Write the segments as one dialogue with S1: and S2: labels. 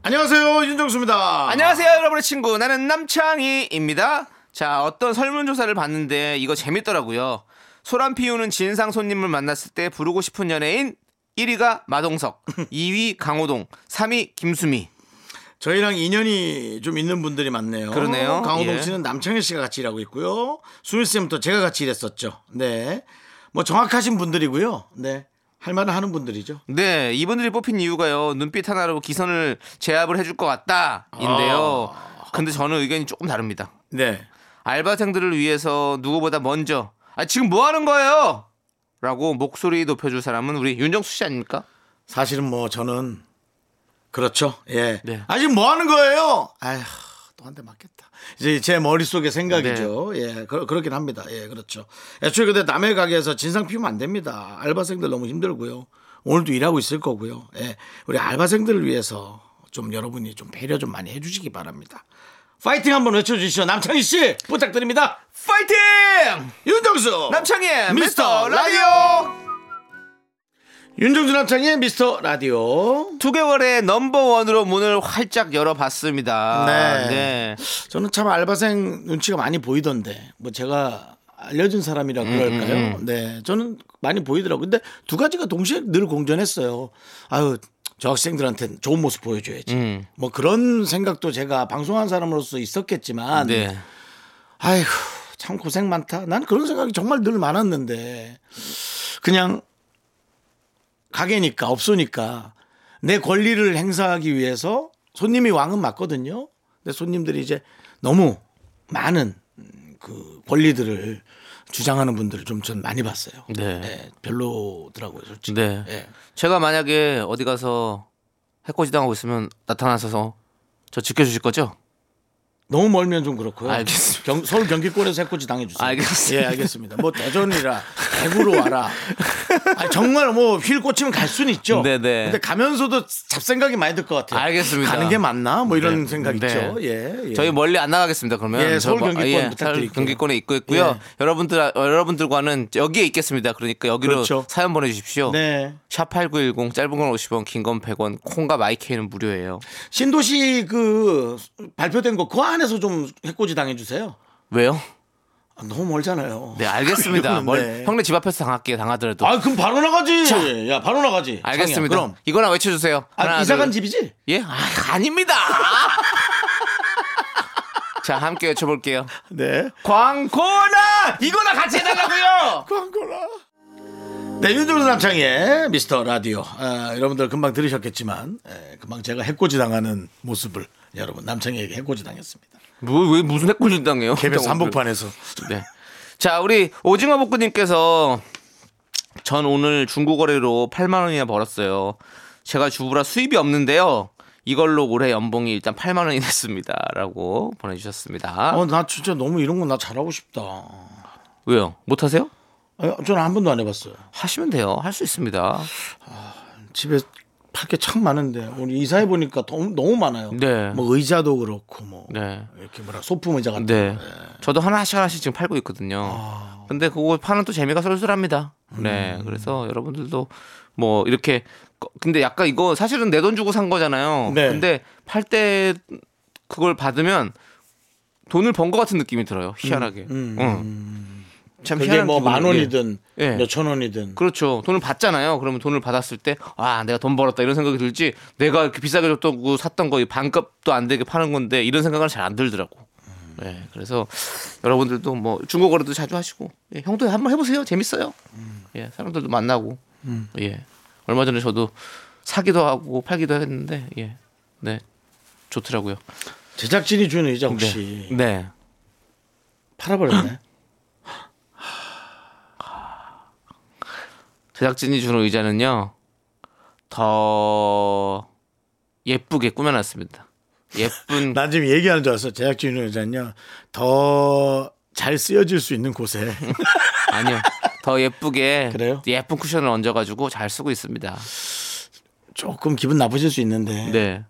S1: 안녕하세요 윤정수입니다.
S2: 안녕하세요, 여러분의 친구. 나는 남창희입니다. 자, 어떤 설문조사를 봤는데 이거 재밌더라고요. 소란 피우는 진상 손님을 만났을 때 부르고 싶은 연예인 1위가 마동석, 2위 강호동, 3위 김수미.
S1: 저희랑 인연이 좀 있는 분들이 많네요.
S2: 그러네요.
S1: 강호동
S2: 예.
S1: 씨는 남창희 씨가 같이 일하고 있고요. 수미 쌤도 제가 같이 일했었죠. 네. 뭐 정확하신 분들이고요. 네. 할 말은 하는 분들이죠.
S2: 네, 이분들이 뽑힌 이유가요. 눈빛 하나로 기선을 제압을 해줄 것 같다인데요. 근데 저는 의견이 조금 다릅니다.
S1: 네.
S2: 알바생들을 위해서 누구보다 먼저 아, 지금 뭐 하는 거예요? 라고 목소리 높여줄 사람은 우리 윤정수 씨 아닙니까?
S1: 사실은 뭐 저는 그렇죠. 예.
S2: 네.
S1: 아직 뭐 하는 거예요? 아휴, 또 한 대 맞겠다. 이제 제 머릿속의 생각이죠.
S2: 네.
S1: 예. 그, 그렇긴 합니다. 예, 그렇죠. 애초에 근데 남의 가게에서 진상 피우면 안 됩니다. 알바생들 너무 힘들고요. 오늘도 일하고 있을 거고요. 예. 우리 알바생들을 위해서 좀 여러분이 좀 배려 좀 많이 해 주시기 바랍니다. 파이팅 한번 외쳐 주시죠. 남창희 씨, 부탁드립니다.
S2: 파이팅!
S1: 윤정수.
S2: 남창희의
S1: 미스터
S2: 미스터 라디오
S1: 윤정수 남창희의 미스터 라디오.
S2: 두 개월의 넘버원으로 문을 활짝 열어봤습니다.
S1: 네.
S2: 네.
S1: 저는 참 알바생 눈치가 많이 보이던데 뭐 제가 알려준 사람이라 그럴까요? 네, 저는 많이 보이더라고요. 근데 두 가지가 동시에 늘 공존했어요. 아유, 저 학생들한테 좋은 모습 보여줘야지. 뭐 그런 생각도 제가 방송한 사람으로서 있었겠지만,
S2: 네.
S1: 아휴, 참 고생 많다. 난 그런 생각이 정말 늘 많았는데 그냥 가게니까 업소니까 내 권리를 행사하기 위해서 손님이 왕은 맞거든요. 근데 손님들이 이제 너무 많은 그 권리들을 주장하는 분들을 좀 전 많이 봤어요.
S2: 네.
S1: 예, 별로더라고요, 솔직히.
S2: 네.
S1: 예.
S2: 제가 만약에 어디 가서 해코지 당하고 있으면 나타나셔서 저 지켜주실 거죠?
S1: 너무 멀면 좀 그렇고요.
S2: 알겠습니다.
S1: 경- 서울 경기권에서 해코지 당해주세요.
S2: 알겠습니다.
S1: 예, 알겠습니다. 뭐 대전이라 대구로 와라. 아니, 정말 뭐 휠 꽂히면 갈 수는 있죠.
S2: 네네.
S1: 근데 가면서도 잡생각이 많이 들 것 같아요.
S2: 알겠습니다.
S1: 가는 게 맞나? 뭐 이런
S2: 네.
S1: 생각
S2: 네.
S1: 있죠. 예, 예.
S2: 저희 멀리 안 나가겠습니다. 그러면
S1: 예,
S2: 저
S1: 서울
S2: 뭐-
S1: 경기권
S2: 예,
S1: 부탁드릴게요.
S2: 서울 경기권에 있고 있고요.
S1: 예.
S2: 여러분들 여러분들과는 여기에 있겠습니다. 그러니까 여기로
S1: 그렇죠.
S2: 사연 보내주십시오.
S1: 네.
S2: 샵8910 짧은 건 50원, 긴 건 100원, 콩과 마이케이는 무료예요.
S1: 신도시 그 발표된 거 그 안에서 좀 해코지 당해주세요.
S2: 왜요?
S1: 아, 너무 멀잖아요.
S2: 네 알겠습니다.
S1: 그러면,
S2: 멀-
S1: 네.
S2: 형네 집 앞에서 당할게요. 당하더라도.
S1: 아, 그럼 바로 나가지. 야, 바로 나가지.
S2: 알겠습니다.
S1: 상이야, 그럼.
S2: 이거나 외쳐주세요. 하나,
S1: 아, 이사간
S2: 둘.
S1: 집이지?
S2: 예? 아, 아닙니다. 자, 함께 외쳐볼게요.
S1: 네.
S2: 광고나 이거나 같이 해달라고요.
S1: 광고라. 네, 윤종수 남창의 미스터 라디오. 아, 여러분들 금방 들으셨겠지만, 에, 금방 제가 해코지 당하는 모습을 여러분 남창에게 해코지 당했습니다.
S2: 뭐, 왜 무슨 해코지 당해요?
S1: KBS 한복판에서.
S2: 네. 자, 우리 오징어 볶음님께서 전 오늘 중고거래로 8만 원이나 벌었어요. 제가 주부라 수입이 없는데요. 이걸로 올해 연봉이 일단 8만 원이 됐습니다라고 보내주셨습니다.
S1: 어, 나 진짜 너무 이런 건 나 잘하고 싶다.
S2: 왜요? 못하세요?
S1: 아, 저는 한 번도 안 해봤어요.
S2: 하시면 돼요. 할 수 있습니다.
S1: 집에 밖에 참 많은데, 오늘 이사해 보니까 너무, 너무 많아요.
S2: 네.
S1: 뭐 의자도 그렇고, 뭐.
S2: 네.
S1: 이렇게 뭐라 소품 의자 같은
S2: 네. 저도 하나씩 하나씩 지금 팔고 있거든요.
S1: 아.
S2: 근데 그거 파는 또 재미가 쏠쏠합니다.
S1: 음.
S2: 네. 그래서 여러분들도 뭐 이렇게 거- 근데 약간 이거 사실은 내 돈 주고 산 거잖아요.
S1: 네.
S2: 근데 팔 때 그걸 받으면 돈을 번 것 같은 느낌이 들어요. 희한하게. 응.
S1: 음.
S2: 참
S1: 그게 뭐
S2: 기분이에요.
S1: 만 원이든,
S2: 예.
S1: 몇 천 원이든.
S2: 그렇죠. 돈을 받잖아요. 그러면 돈을 받았을 때, 아, 내가 돈 벌었다 이런 생각이 들지, 내가 이렇게 비싸게 줬다고 샀던 거이 반값도 안 되게 파는 건데 이런 생각은 잘 안 들더라고. 네, 그래서 여러분들도 뭐 중고거래도 자주 하시고, 예, 형도 한번 해보세요. 재밌어요. 예, 사람들도 만나고, 예, 얼마 전에 저도 사기도 하고 팔기도 했는데, 예, 네, 좋더라고요.
S1: 제작진이 준 의자 혹시
S2: 네, 네.
S1: 팔아버렸네.
S2: 제작진이 주는 의자는요 더 예쁘게 꾸며놨습니다. 예쁜
S1: 난 지금 얘기하는 줄 알았어. 제작진 여자는요. 더 잘 쓰여질 수 있는 곳에.
S2: 아니요. 더 예쁘게
S1: 그래요?
S2: 예쁜 쿠션을 얹어가지고 잘 쓰고 있습니다.
S1: 조금 기분 나쁘실 수 있는데.
S2: 네,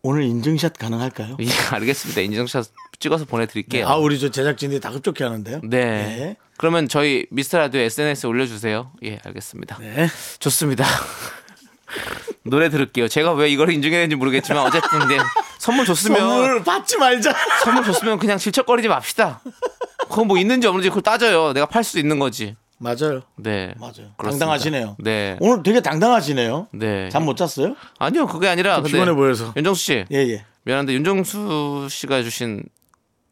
S1: 오늘 인증샷 가능할까요?
S2: 예, 알겠습니다. 인증샷 찍어서 보내드릴게요.
S1: 아, 우리 저 제작진들이 다 급족해 하는데요.
S2: 네. 그러면 저희 미스터 라디오 SNS 에 올려주세요. 예, 알겠습니다.
S1: 네. 네.
S2: 좋습니다. 노래 들을게요. 제가 왜 이걸 인증해야 되는지 모르겠지만 어쨌든 근데 선물 줬으면 선물...
S1: 선물 받지 말자.
S2: 줬으면 그냥 질척거리지 맙시다. 그건 뭐 있는지 없는지 그걸 따져요. 내가 팔 수도 있는 거지.
S1: 맞아요.
S2: 네.
S1: 맞아요.
S2: 그렇습니다.
S1: 당당하시네요.
S2: 네.
S1: 오늘 되게 당당하시네요.
S2: 네.
S1: 잠 못 잤어요?
S2: 아니요, 그게 아니라
S1: 좀 피곤해 보여서.
S2: 윤정수 씨.
S1: 예, 예.
S2: 미안한데 윤정수 씨가 주신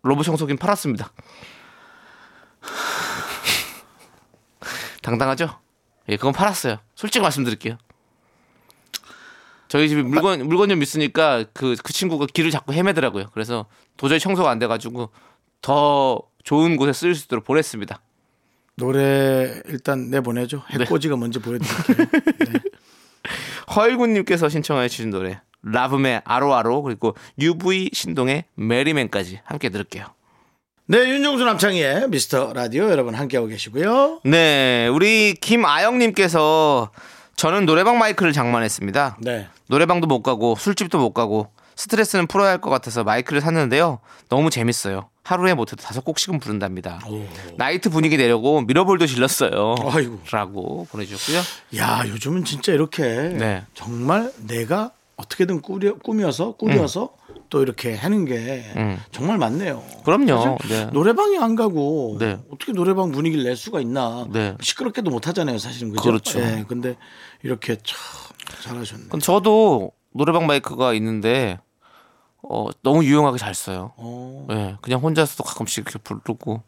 S2: 로봇 청소기는 팔았습니다. 당당하죠? 예, 그건 팔았어요. 솔직히 말씀드릴게요. 저희 집에 물건 물건 좀 있으니까 그 그 친구가 길을 자꾸 헤매더라고요. 그래서 도저히 청소가 안 돼가지고 더 좋은 곳에 쓰일 수 있도록 보냈습니다.
S1: 노래 일단 내보내죠. 해꼬지가 먼저 보여드릴게요.
S2: 허일군님께서 신청해 주신 노래 라붐의 아로아로 그리고 UV 신동의 메리맨까지 함께 들을게요.
S1: 네, 윤종수 남창희의 미스터 라디오 여러분 함께하고 계시고요.
S2: 네, 우리 김아영님께서 저는 노래방 마이크를 장만했습니다.
S1: 네.
S2: 노래방도 못 가고 술집도 못 가고 스트레스는 풀어야 할 것 같아서 마이크를 샀는데요. 너무 재밌어요. 하루에 못해도 다섯 곡씩은 부른답니다. 나이트 분위기 내려고 미러볼도 질렀어요.
S1: 아이고.
S2: 라고 보내주셨고요.
S1: 야, 요즘은 진짜 이렇게
S2: 네.
S1: 정말 내가 어떻게든 꾸려, 꾸며서 꾸려서 또 이렇게 하는 게
S2: 음.
S1: 정말 많네요.
S2: 그럼요.
S1: 사실
S2: 네.
S1: 노래방에 안 가고
S2: 네.
S1: 어떻게 노래방 분위기를 낼 수가 있나
S2: 네.
S1: 시끄럽게도 못 하잖아요 사실은 그죠?
S2: 그렇죠.
S1: 예, 근데 이렇게 참 잘하셨네.
S2: 그럼 저도 노래방 마이크가 있는데 어, 너무 유용하게 잘 써요.
S1: 어,
S2: 예, 그냥 혼자서도 가끔씩 이렇게 부르고.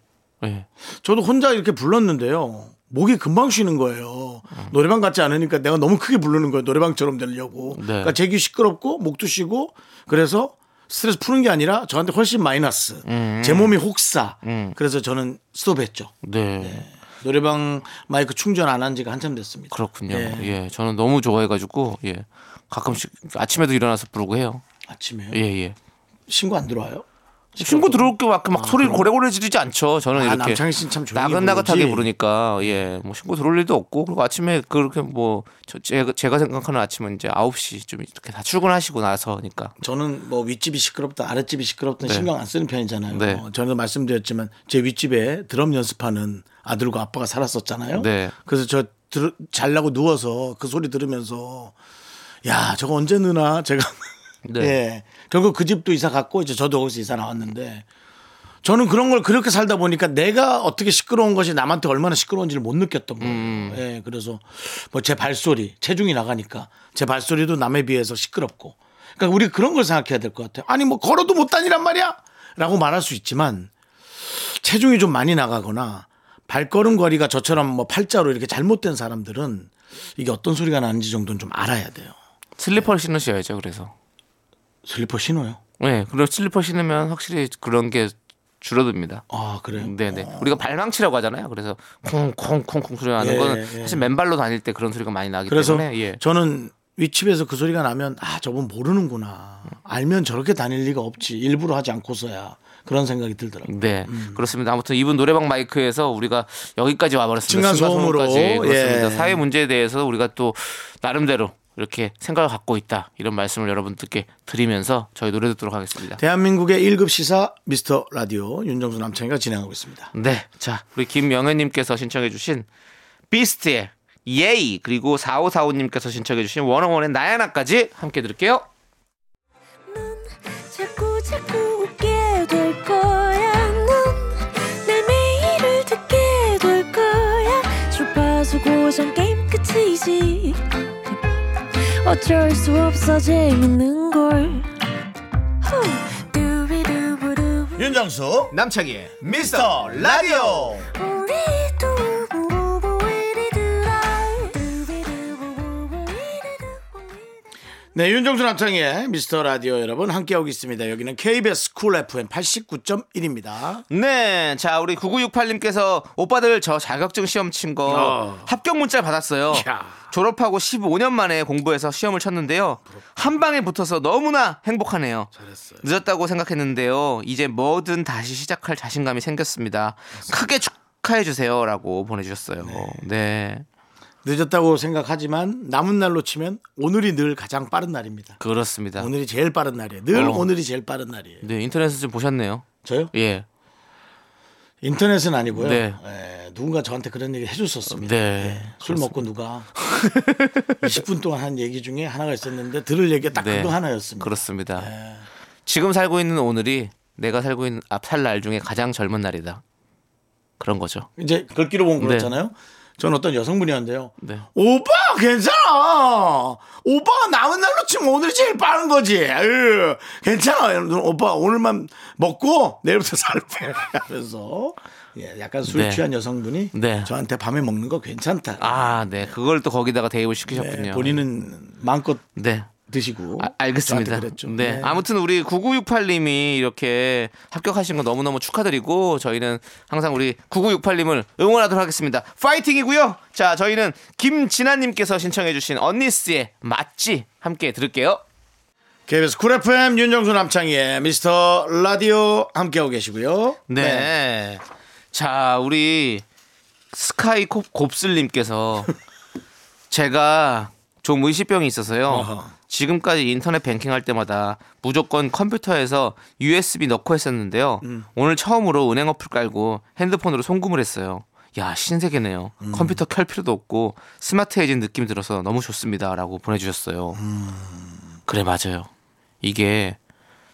S2: 예.
S1: 저도 혼자 이렇게 불렀는데요. 목이 금방 쉬는 거예요. 노래방 같지 않으니까 내가 너무 크게 부르는 거예요. 노래방처럼 되려고.
S2: 네.
S1: 그러니까 제기 시끄럽고 목도 쉬고 그래서 스트레스 푸는 게 아니라 저한테 훨씬 마이너스.
S2: 음.
S1: 제 몸이 혹사. 그래서 저는 스톱했죠.
S2: 네.
S1: 노래방 마이크 충전 안 한 지가 한참 됐습니다.
S2: 그렇군요.
S1: 예.
S2: 예. 저는 너무 좋아해가지고 예, 가끔씩 아침에도 일어나서 부르고 해요.
S1: 아침에요.
S2: 예, 예.
S1: 신고 안 들어와요?
S2: 친구 들어올 게 막, 막 소리를 고래고래 지르지 않죠. 저는
S1: 아,
S2: 이렇게
S1: 남창희 씨는 참 조용히
S2: 나긋나긋하게
S1: 부르지. 네.
S2: 부르니까 예, 뭐 친구 들어올 일도 없고 그리고 아침에 그렇게 뭐 저, 제가, 제가 생각하는 아침은 이제 9시 좀 이렇게 다 출근하시고 나서니까
S1: 저는 뭐 윗집이 시끄럽다 아랫집이 시끄럽다 신경 안 쓰는 편이잖아요.
S2: 네.
S1: 어, 전에도 말씀드렸지만 제 윗집에 드럼 연습하는 아들과 아빠가 살았었잖아요.
S2: 네.
S1: 그래서 저 들, 잘라고 누워서 그 소리 들으면서 야 저거 언제 누나 제가
S2: 네.
S1: 예 결국 그 집도 이사 갔고 이제 저도 거기서 이사 나왔는데 저는 그런 걸 그렇게 살다 보니까 내가 어떻게 시끄러운 것이 남한테 얼마나 시끄러운지를 못 느꼈던 거예요.
S2: 음.
S1: 예, 그래서 뭐 제 발소리, 체중이 나가니까 제 발소리도 남에 비해서 시끄럽고. 그러니까 우리 그런 걸 생각해야 될 것 같아요. 아니 뭐 걸어도 못 다니란 말이야? 라고 말할 수 있지만 체중이 좀 많이 나가거나 발걸음 거리가 저처럼 뭐 팔자로 이렇게 잘못된 사람들은 이게 어떤 소리가 나는지 정도는 좀 알아야 돼요.
S2: 슬리퍼를 신으셔야죠. 그래서
S1: 슬리퍼 신어요.
S2: 예, 그리고 슬리퍼 신으면 확실히 그런 게 줄어듭니다.
S1: 아, 그래요?
S2: 네네. 우리가 발망치라고 하잖아요. 그래서 콩콩콩콩 소리 나는
S1: 예,
S2: 거는
S1: 예.
S2: 사실 맨발로 다닐 때 그런 소리가 많이 나기
S1: 그래서
S2: 때문에 예.
S1: 저는 윗집에서 그 소리가 나면 아 저분 모르는구나 알면 저렇게 다닐 리가 없지 일부러 하지 않고서야 그런 생각이 들더라고요
S2: 네 그렇습니다. 아무튼 이분 노래방 마이크에서 우리가 여기까지 와버렸습니다.
S1: 층간소음으로.
S2: 층간소음까지. 그렇습니다.
S1: 예.
S2: 사회 문제에 대해서 우리가 또 나름대로 이렇게 생각을 갖고 있다 이런 말씀을 여러분들께 드리면서 저희 노래 듣도록 하겠습니다.
S1: 대한민국의 1급 시사 미스터 라디오 윤정수 남창희가 진행하고 있습니다
S2: 네, 자 우리 김명현님께서 신청해주신 비스트의 예이 그리고 4545님께서 신청해주신 원어원의 나야나까지 함께 들을게요.
S3: 자꾸 자꾸 웃게 될 거야. 넌내 매일을 듣게 될 거야. 주파수 고정 게임 끝이지. 어쩔 수 없어 재밌는 걸. 후. 두비두부두.
S1: 윤정수 남창희의 미스터 라디오
S3: 우리 두부부부 우리 두라. 두비두부부부 우리 두부부.
S1: 네, 윤정수 남창의 미스터 라디오 여러분 함께하고 있습니다. 여기는 KBS 쿨 FM 89.1입니다.
S2: 네, 자 우리 9968님께서 오빠들 저 자격증 시험 친 거
S1: 어.
S2: 합격 문자 받았어요.
S1: 야.
S2: 졸업하고 15년 만에 공부해서 시험을 쳤는데요. 한 방에 붙어서 너무나 행복하네요.
S1: 잘했어요.
S2: 늦었다고 생각했는데요. 이제 뭐든 다시 시작할 자신감이 생겼습니다. 크게 축하해 주세요라고 보내주셨어요. 네.
S1: 늦었다고 생각하지만 남은 날로 치면 오늘이 늘 가장 빠른 날입니다.
S2: 그렇습니다.
S1: 오늘이 제일 빠른 날이에요. 늘
S2: 어.
S1: 오늘이 제일 빠른 날이에요.
S2: 네, 인터넷에서 좀 보셨네요.
S1: 저요?
S2: 예.
S1: 인터넷은 아니고요.
S2: 네.
S1: 예, 누군가 저한테 그런 얘기 해줬었습니다. 예.
S2: 네.
S1: 술 먹고 누가 20분 동안 한 얘기 중에 하나가 있었는데 들을 얘기가 딱
S2: 네.
S1: 그거 하나였습니다.
S2: 그렇습니다.
S1: 예.
S2: 지금 살고 있는 오늘이 내가 살고 있는 앞살 날 중에 가장 젊은 날이다. 그런 거죠.
S1: 이제 글귀로 보면
S2: 네.
S1: 그렇잖아요. 저는 어떤 여성분이었는데요.
S2: 네.
S1: 오빠 괜찮아. 오빠가 남은 날로 치면 오늘이 제일 빠른 거지. 에휴, 괜찮아. 여러분, 오빠 오늘만 먹고 내일부터 살 빼. 하면서 예, 약간 술
S2: 네.
S1: 취한 여성분이
S2: 네.
S1: 저한테 밤에 먹는 거 괜찮다.
S2: 아, 네. 그걸 또 거기다가 대입을
S1: 예,
S2: 시키셨군요.
S1: 본인은 마음껏
S2: 네.
S1: 드시고
S2: 아, 알겠습니다.
S1: 저한테 그랬죠. 예.
S2: 네. 아무튼 우리 9968님이 이렇게 합격하신 거 너무너무 축하드리고 저희는 항상 우리 9968님을 응원하도록 하겠습니다. 파이팅이고요. 자, 저희는 김진아님께서 신청해주신 언니스의 맞지 함께 들을게요.
S1: KBS 쿨 FM 윤정수 남창희의 미스터 라디오 함께하고 계시고요.
S2: 네. 자, 우리 스카이 곱- 곱슬님께서 제가 좀 의식병이 있어서요.
S1: 어허.
S2: 지금까지 인터넷 뱅킹 할 때마다 무조건 컴퓨터에서 USB 넣고 했었는데요. 오늘 처음으로 은행 어플 깔고 핸드폰으로 송금을 했어요. 야, 신세계네요. 컴퓨터 켤 필요도 없고 스마트해진 느낌 들어서 너무 좋습니다. 라고 보내주셨어요. 그래, 맞아요. 이게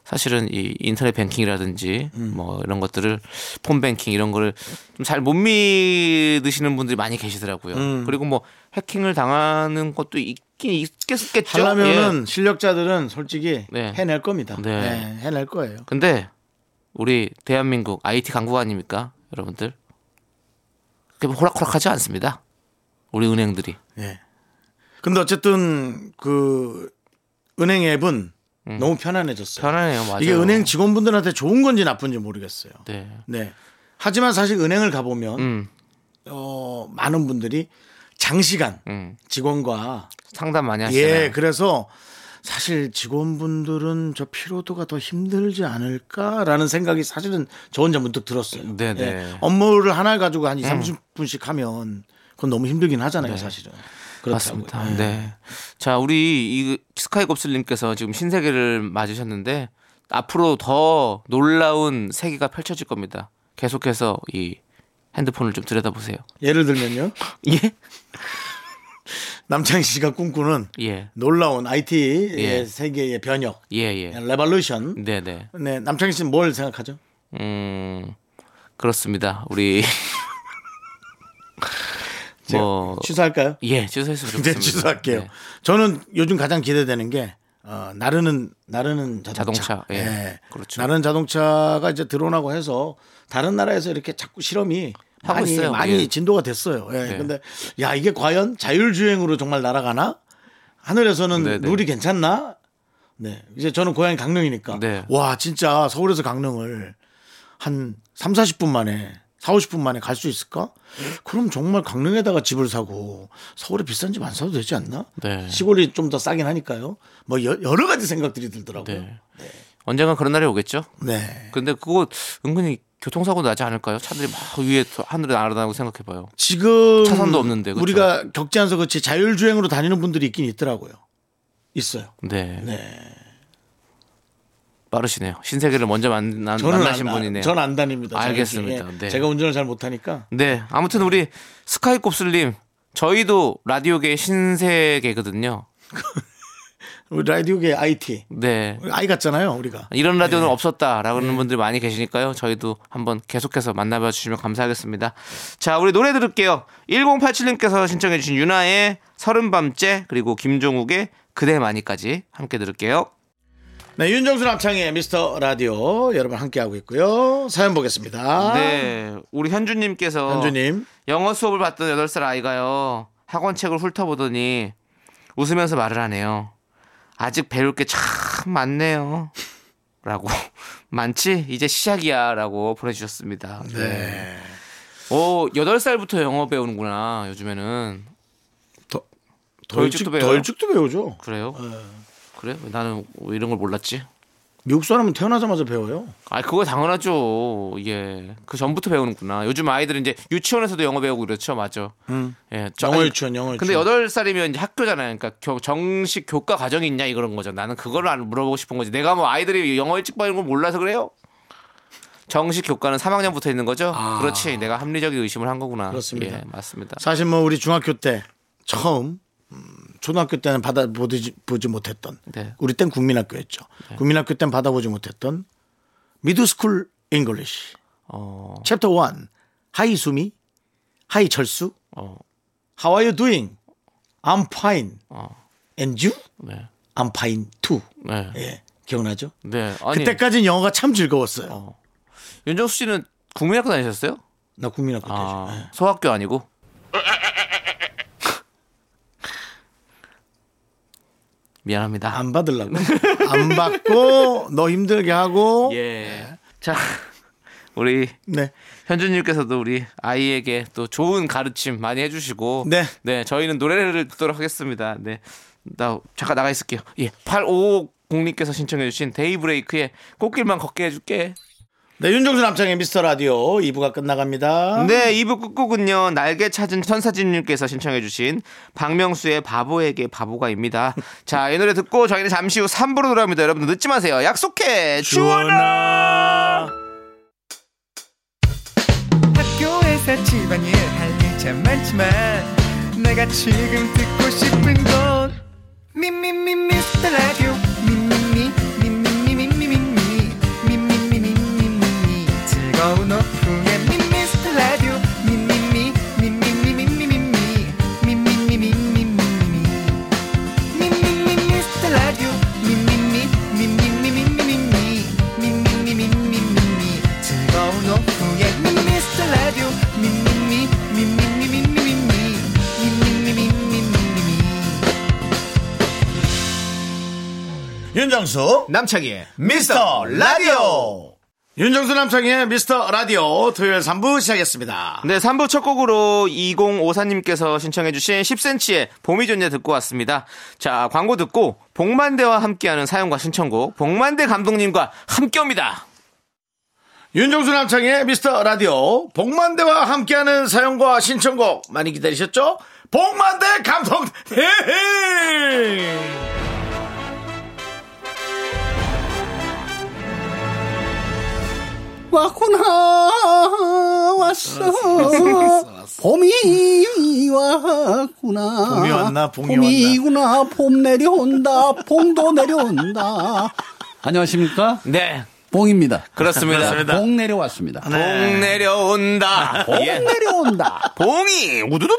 S2: 사실은 이 인터넷 뱅킹이라든지
S1: 음.
S2: 뭐 이런 것들을 폰 뱅킹 이런 거를 좀 잘 못 믿으시는 분들이 많이 계시더라고요.
S1: 음.
S2: 그리고 뭐 해킹을 당하는 것도 있긴 있겠겠죠. 예.
S1: 하려면은 실력자들은 솔직히
S2: 네.
S1: 해낼 겁니다.
S2: 네.
S1: 네, 해낼 거예요.
S2: 근데 우리 대한민국 IT 강국 아닙니까, 여러분들? 그게 뭐 호락호락하지 않습니다. 우리 은행들이.
S1: 예. 근데 어쨌든 그 은행 앱은 너무 편안해졌어요.
S2: 음. 편안해요, 맞아요.
S1: 이게 은행 직원분들한테 좋은 건지 나쁜지 모르겠어요.
S2: 네.
S1: 네. 하지만 사실 은행을 가보면
S2: 음,
S1: 어, 많은 분들이 장시간
S2: 음.
S1: 직원과
S2: 상담 많이 하시잖아요.
S1: 예, 그래서 사실 직원분들은 저 피로도가 더 힘들지 않을까라는 생각이 사실은 저 혼자 문득 들었어요.
S2: 네네. 음.
S1: 예, 업무를 하나 가지고 한 2, 30분씩 하면 그건 너무 힘들긴 하잖아요, 사실은. 그렇다고요.
S2: 네. 맞습니다.
S1: 예.
S2: 네. 자, 우리 이 스카이곱슬님께서 지금 신세계를 맞으셨는데 앞으로 더 놀라운 세계가 펼쳐질 겁니다. 계속해서 이 핸드폰을 좀 들여다보세요.
S1: 예를 들면요.
S2: 예?
S1: 남창희 씨가 꿈꾸는
S2: 예.
S1: 놀라운 IT 의
S2: 예.
S1: 세계의 변혁,
S2: 예, 예.
S1: 레볼루션.
S2: 네, 네.
S1: 네, 남창희 씨는 뭘 생각하죠?
S2: 음. 그렇습니다. 우리
S1: 제가
S2: 뭐
S1: 취소할까요?
S2: 예, 취소했으면 좋겠습니다.
S1: 네, 취소할게요.
S2: 네.
S1: 저는 요즘 가장 기대되는 게 어, 나르는 나르는 자동차.
S2: 자동차, 예. 그렇죠.
S1: 나르는 자동차가 이제 드론하고 해서 다른 나라에서 이렇게 자꾸 실험이
S2: 하고
S1: 많이
S2: 있어요.
S1: 많이
S2: 예.
S1: 진도가 됐어요. 예.
S2: 네.
S1: 근데 야 이게 과연 자율주행으로 정말 날아가나? 하늘에서는
S2: 네, 네.
S1: 룰이 괜찮나? 네. 이제 저는 고향이 강릉이니까
S2: 네.
S1: 와 진짜 서울에서 강릉을 한 3, 40분 만에 4, 50분 만에 갈 수 있을까? 그럼 정말 강릉에다가 집을 사고 서울에 비싼 집 안 사도 되지 않나?
S2: 네.
S1: 시골이 좀 더 싸긴 하니까요. 뭐 여, 러 가지 생각들이 들더라고요.
S2: 네. 언젠가 그런 날이 오겠죠?
S1: 네.
S2: 근데 그거 은근히 교통사고 나지 않을까요? 차들이 막 위에 하늘에 날아다니고 생각해봐요.
S1: 지금
S2: 차선도 없는데, 그쵸?
S1: 우리가 겪지 않아서 그렇지 자율주행으로 다니는 분들이 있긴 있더라고요. 있어요.
S2: 네.
S1: 네. 빠르시네요.
S2: 신세계를 먼저 만나, 만나신 분이네요.
S1: 전 안 다닙니다.
S2: 알겠습니다.
S1: 자율주행.
S2: 네.
S1: 제가 운전을 잘 못하니까
S2: 네. 아무튼 우리 스카이곱슬님 저희도 라디오계 신세계거든요.
S1: 우리 라디오계 IT
S2: 네.
S1: 아이 같잖아요. 우리가
S2: 이런 라디오는 없었다라는 분들이 많이 계시니까요. 저희도 한번 계속해서 만나봐 주시면 감사하겠습니다. 자, 우리 노래 들을게요. 1087님께서 신청해주신 유나의 서른밤째 그리고 김종욱의 그대 많이까지 함께 들을게요.
S1: 네, 윤정수 남창의 미스터 라디오 여러분 함께하고 있고요. 사연 보겠습니다.
S2: 네, 우리 현주님께서
S1: 현주님.
S2: 영어 수업을 받던 8살 아이가요. 학원 책을 훑어보더니 웃으면서 말을 하네요. 아직 배울 게 참 많네요. 라고 많지 이제 시작이야라고 보내주셨습니다.
S1: 네.
S2: 오 여덟 살부터 영어 배우는구나 요즘에는
S1: 더, 더,
S2: 더
S1: 일찍,
S2: 일찍도 배워요?
S1: 더 일찍도 배우죠.
S2: 그래요? 그래? 왜 나는 왜 이런 걸 몰랐지?
S1: 미국 사람은 태어나자마자 배워요.
S2: 아 그거 당연하죠. 예. 그 전부터 배우는구나. 요즘 아이들은 이제 유치원에서도 영어 배우고 그렇죠. 맞죠. 예. 저-
S1: 음. 영어
S2: 아니,
S1: 유치원, 영어
S2: 근데
S1: 유치원.
S2: 여덟 살이면 이제 학교잖아요. 그러니까 교- 정식 교과 과정이 있냐 이런 거죠. 나는 그걸 안 물어보고 싶은 거지. 내가 뭐 아이들이 영어 일찍 배우는 걸 몰라서 그래요? 정식 교과는 3학년부터 있는 거죠. 그렇지. 내가 합리적인 의심을 한 거구나.
S1: 아. 그렇습니다.
S2: 예, 맞습니다.
S1: 사실 뭐 우리 중학교 때 처음 음, 초등학교 때는 받아보지 보지 못했던
S2: 네.
S1: 우리 땐 국민학교였죠. 국민학교 땐 받아보지 못했던 미드스쿨 잉글리시
S2: 어,
S1: 챕터 1 하이 수미 하이 철수
S2: 어,
S1: How are you doing? I'm fine.
S2: 어.
S1: And you?
S2: 네,
S1: I'm fine too.
S2: 네,
S1: 예. 기억나죠?
S2: 네. 아니,
S1: 그때까진 영어가 참 즐거웠어요.
S2: 윤정수 씨는 국민학교 다니셨어요?
S1: 나 국민학교 때죠. 예.
S2: 아, 소학교 아니고? 미안합니다.
S1: 안 받으려고. 안 받고 너 힘들게 하고
S2: 예. 자, 우리
S1: 네.
S2: 현준님께서도 우리 아이에게 또 좋은 가르침 많이 해주시고
S1: 네.
S2: 저희는 노래를 듣도록 하겠습니다. 네, 나 잠깐 나가 있을게요. 예, 8550님께서 신청해주신 데이브레이크의 꽃길만 걷게 해줄게.
S1: 네, 윤정수 남창의 미스터 라디오 2부가 끝나갑니다.
S2: 네, 2부 끝곡은요. 날개 찾은 천사진님께서 신청해주신 박명수의 바보에게 바보가입니다. 자, 이 노래 듣고 저희는 잠시 후 3부로 돌아옵니다. 여러분들 늦지 마세요. 약속해.
S1: 주원아.
S4: 학교에서 집안일 할 일 참 많지만 내가 지금 듣고 싶은 건 미미미 미스터 라디오 미미미 미미미 미미미 미미미 미미미 미미미 즐거운 오후에 미미스터 라디오 미미미 미미미 미미미 미미미 미미미 미미미
S1: 윤정수
S2: 남창희의
S1: 미스터 라디오. 윤정수 남창의 미스터 라디오 토요일 3부 시작했습니다.
S2: 네, 3부 첫 곡으로 2054님께서 신청해주신 10cm의 봄이 좋냐 듣고 왔습니다. 자, 광고 듣고 복만대와 함께하는 사연과 신청곡, 복만대 감독님과 함께입니다.
S1: 윤정수 남창의 미스터 라디오 복만대와 함께하는 사연과 신청곡 많이 기다리셨죠? 복만대 감독 대행.
S5: 왔구나 왔어 봄이 왔구나
S1: 봄이 왔나, 봄이
S5: 봄이구나 봄 내려온다 봄도 내려온다 안녕하십니까
S2: 네,
S5: 봉입니다
S2: 그렇습니다.
S5: 봉 내려왔습니다
S2: 봉 내려온다.
S5: 봉
S2: 예.
S5: 내려온다
S2: 봉이 우두두두두두두두두두두.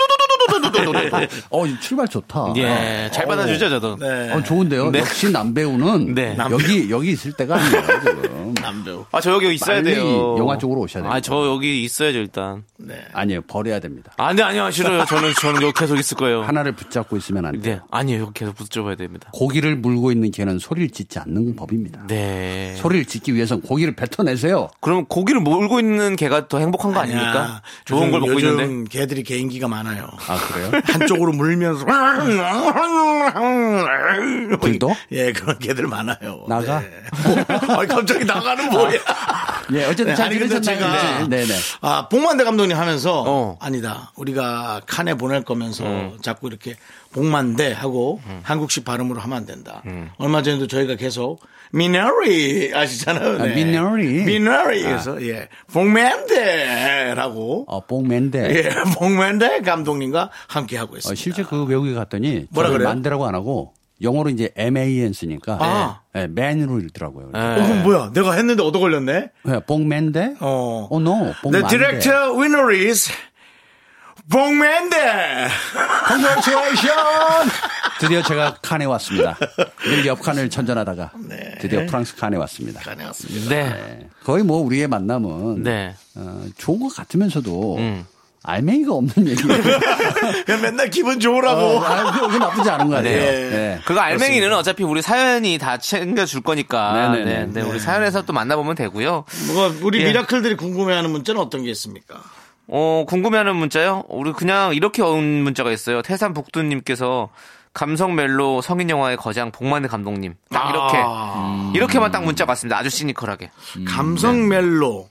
S5: 어 출발 좋다
S2: 예, 잘 받아주죠, 저도.
S5: 어, 좋은데요 역시 남배우는
S2: 네.
S5: 여기 여기 있을 때가 아니에요 지금
S2: 아, 저 여기 있어야
S5: 빨리
S2: 돼요.
S5: 영화 쪽으로 오셔야 돼요
S2: 아, 저 여기 있어야죠, 일단.
S5: 아니에요 버려야 됩니다
S2: 아, 네, 아니요, 싫어요. 저는, 저는 여기 계속 있을 거예요.
S5: 하나를 붙잡고 있으면 안 돼요
S2: 네, 아니요, 여기 계속 붙잡아야 됩니다.
S5: 고기를 물고 있는 개는 소리를 짓지 않는 법입니다.
S2: 네.
S5: 소리를 짓기 위해선 고기를 뱉어내세요.
S2: 그럼 고기를 몰고 있는 개가 더 행복한 거 아닙니까?
S1: 야,
S2: 좋은 걸 먹고
S1: 요즘
S2: 있는데.
S1: 개들이 개인기가 많아요.
S5: 아 그래요?
S1: 한쪽으로 물면서
S5: 들도?
S1: 예 그런 개들 많아요.
S5: 나가?
S1: 네. 아니, 갑자기 나가는 뭐야?
S2: 아.
S5: 예, 어쨌든 잘
S1: 네, 아니, 근데
S5: 들으셨나요?
S1: 제가
S5: 네, 네.
S1: 아 복만대 감독님 하면서
S2: 어.
S1: 아니다 우리가 칸에 보낼 거면서 자꾸 이렇게 복만대 하고 한국식 음. 발음으로 하면 안 된다. 얼마 전에도 저희가 계속 미나리 아시잖아요. 네.
S5: 아, 미나리.
S1: 미나리 그래서 예 복만대라고
S5: 어, 뽕맨데.
S1: 예, 복만대 감독님과 함께 하고 있습니다.
S5: 어, 실제 그 외국에 갔더니
S1: 뭐라
S5: 저를
S1: 그래요?
S5: 만대라고 안 하고 영어로 이제 M A N 쓰니까
S1: 아.
S5: 예, 맨으로 읽더라고요.
S1: 어, 그럼 뭐야? 내가 했는데 얻어 걸렸네.
S5: 예, 뽕맨데.
S1: 어.
S5: 어, no.
S1: The
S5: 뽕맨데.
S1: director winner is 복맨데.
S5: Congratulations! 드디어 제가 칸에 왔습니다. 늘 옆칸을 천전하다가 드디어 프랑스 칸에 왔습니다.
S1: 다녀왔습니다.
S2: 네.
S5: 거의 뭐 우리의 만남은
S2: 네.
S5: 어, 좋은 것 같으면서도 알맹이가 없는 얘기예요.
S1: 그냥 맨날 기분
S5: 어,
S1: 좋으라고.
S5: 아, 그거 나쁘지 않은 것 같아요.
S1: 네.
S5: 네.
S2: 그거 알맹이는 어차피 우리 사연이 다 챙겨줄 거니까.
S5: 네네네.
S2: 네, 네, 우리 사연에서 또 만나보면 되고요.
S1: 뭐 우리
S2: 예.
S1: 미라클들이 궁금해하는 문자는 어떤 게 있습니까?
S2: 어, 궁금해하는 문자요? 우리 그냥 이렇게 온 문자가 있어요. 태산복두님께서 감성 멜로 성인 영화의 거장 복만대 감독님. 딱 이렇게.
S1: 아.
S2: 이렇게만 딱 문자 왔습니다. 아주 시니컬하게.
S1: 감성 멜로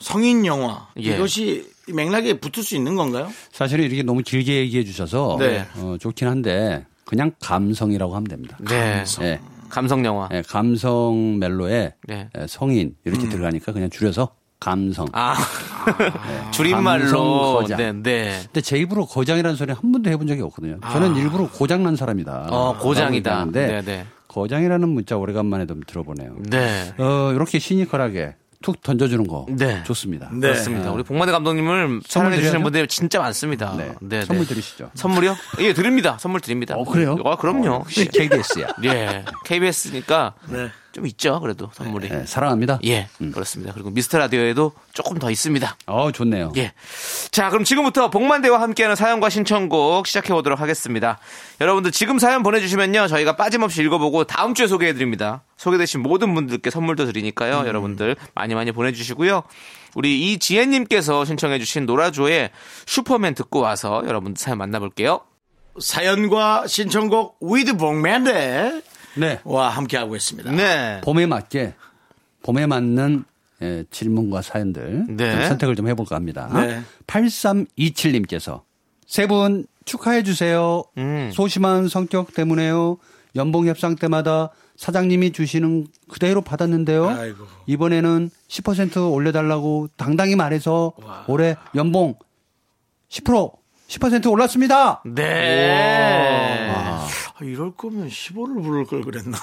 S1: 성인 영화
S2: 예.
S1: 이것이 맥락에 붙을 수 있는 건가요?
S5: 사실은 이렇게 너무 길게 얘기해 주셔서
S1: 네.
S5: 어, 좋긴 한데 그냥 감성이라고 하면 됩니다.
S2: 네.
S5: 예.
S2: 감성 영화.
S5: 예, 감성 멜로에
S2: 네.
S5: 예, 성인 이렇게 들어가니까 그냥 줄여서 감성.
S2: 아.
S5: 감성
S2: 줄임말로.
S5: 거장.
S2: 네, 네.
S5: 근데 제 입으로 거장이라는 소리 한 번도 해본 적이 없거든요. 저는 일부러 고장난 사람이다.
S2: 어, 아. 고장이다.
S5: 라고 얘기하는데
S2: 네네.
S5: 거장이라는 문자 오래간만에 좀 들어보네요.
S2: 네.
S5: 어, 이렇게 시니컬하게 툭 던져주는 거
S2: 네.
S5: 좋습니다.
S1: 네.
S2: 그렇습니다. 우리 복만대 감독님을 사랑해 주시는
S5: 드려야죠?
S2: 분들 진짜 많습니다.
S5: 네.
S2: 네, 네.
S5: 선물 드리시죠.
S2: 선물이요? 예, 드립니다. 선물 드립니다.
S5: 어, 그래요?
S2: 아, 그럼요.
S5: 혹시 KBS야?
S2: 예. KBS니까
S1: 네.
S2: 좀 있죠. 그래도 선물이.
S5: 네, 사랑합니다.
S2: 예, 그렇습니다. 그리고 미스터 라디오에도 조금 더 있습니다.
S5: 어, 좋네요.
S2: 예. 자, 그럼 지금부터 복만대와 함께하는 사연과 신청곡 시작해 보도록 하겠습니다. 여러분들 지금 사연 보내주시면요. 저희가 빠짐없이 읽어보고 다음 주에 소개해 드립니다. 소개되신 모든 분들께 선물도 드리니까요. 여러분들 많이 많이 보내주시고요. 우리 이지혜님께서 신청해 주신 노라조의 슈퍼맨 듣고 와서 여러분들 사연 만나볼게요.
S1: 사연과 신청곡 위드 복맨데와
S5: 네.
S1: 함께 하고 있습니다.
S2: 네.
S5: 봄에 맞게 봄에 맞는 예, 질문과 사연들
S2: 네.
S5: 좀 선택을 좀 해볼까 합니다.
S1: 네.
S5: 8327님께서 세 분 축하해 주세요.
S1: 음.
S5: 소심한 성격 때문에요. 연봉 협상 때마다 사장님이 주시는 그대로 받았는데요.
S1: 아이고.
S5: 번에는10% 올려달라고 당당히 말해서 올해 연봉 10% 10% 올랐습니다.
S2: 네.
S1: 아, 이럴 거면 15를 부를 걸 그랬나?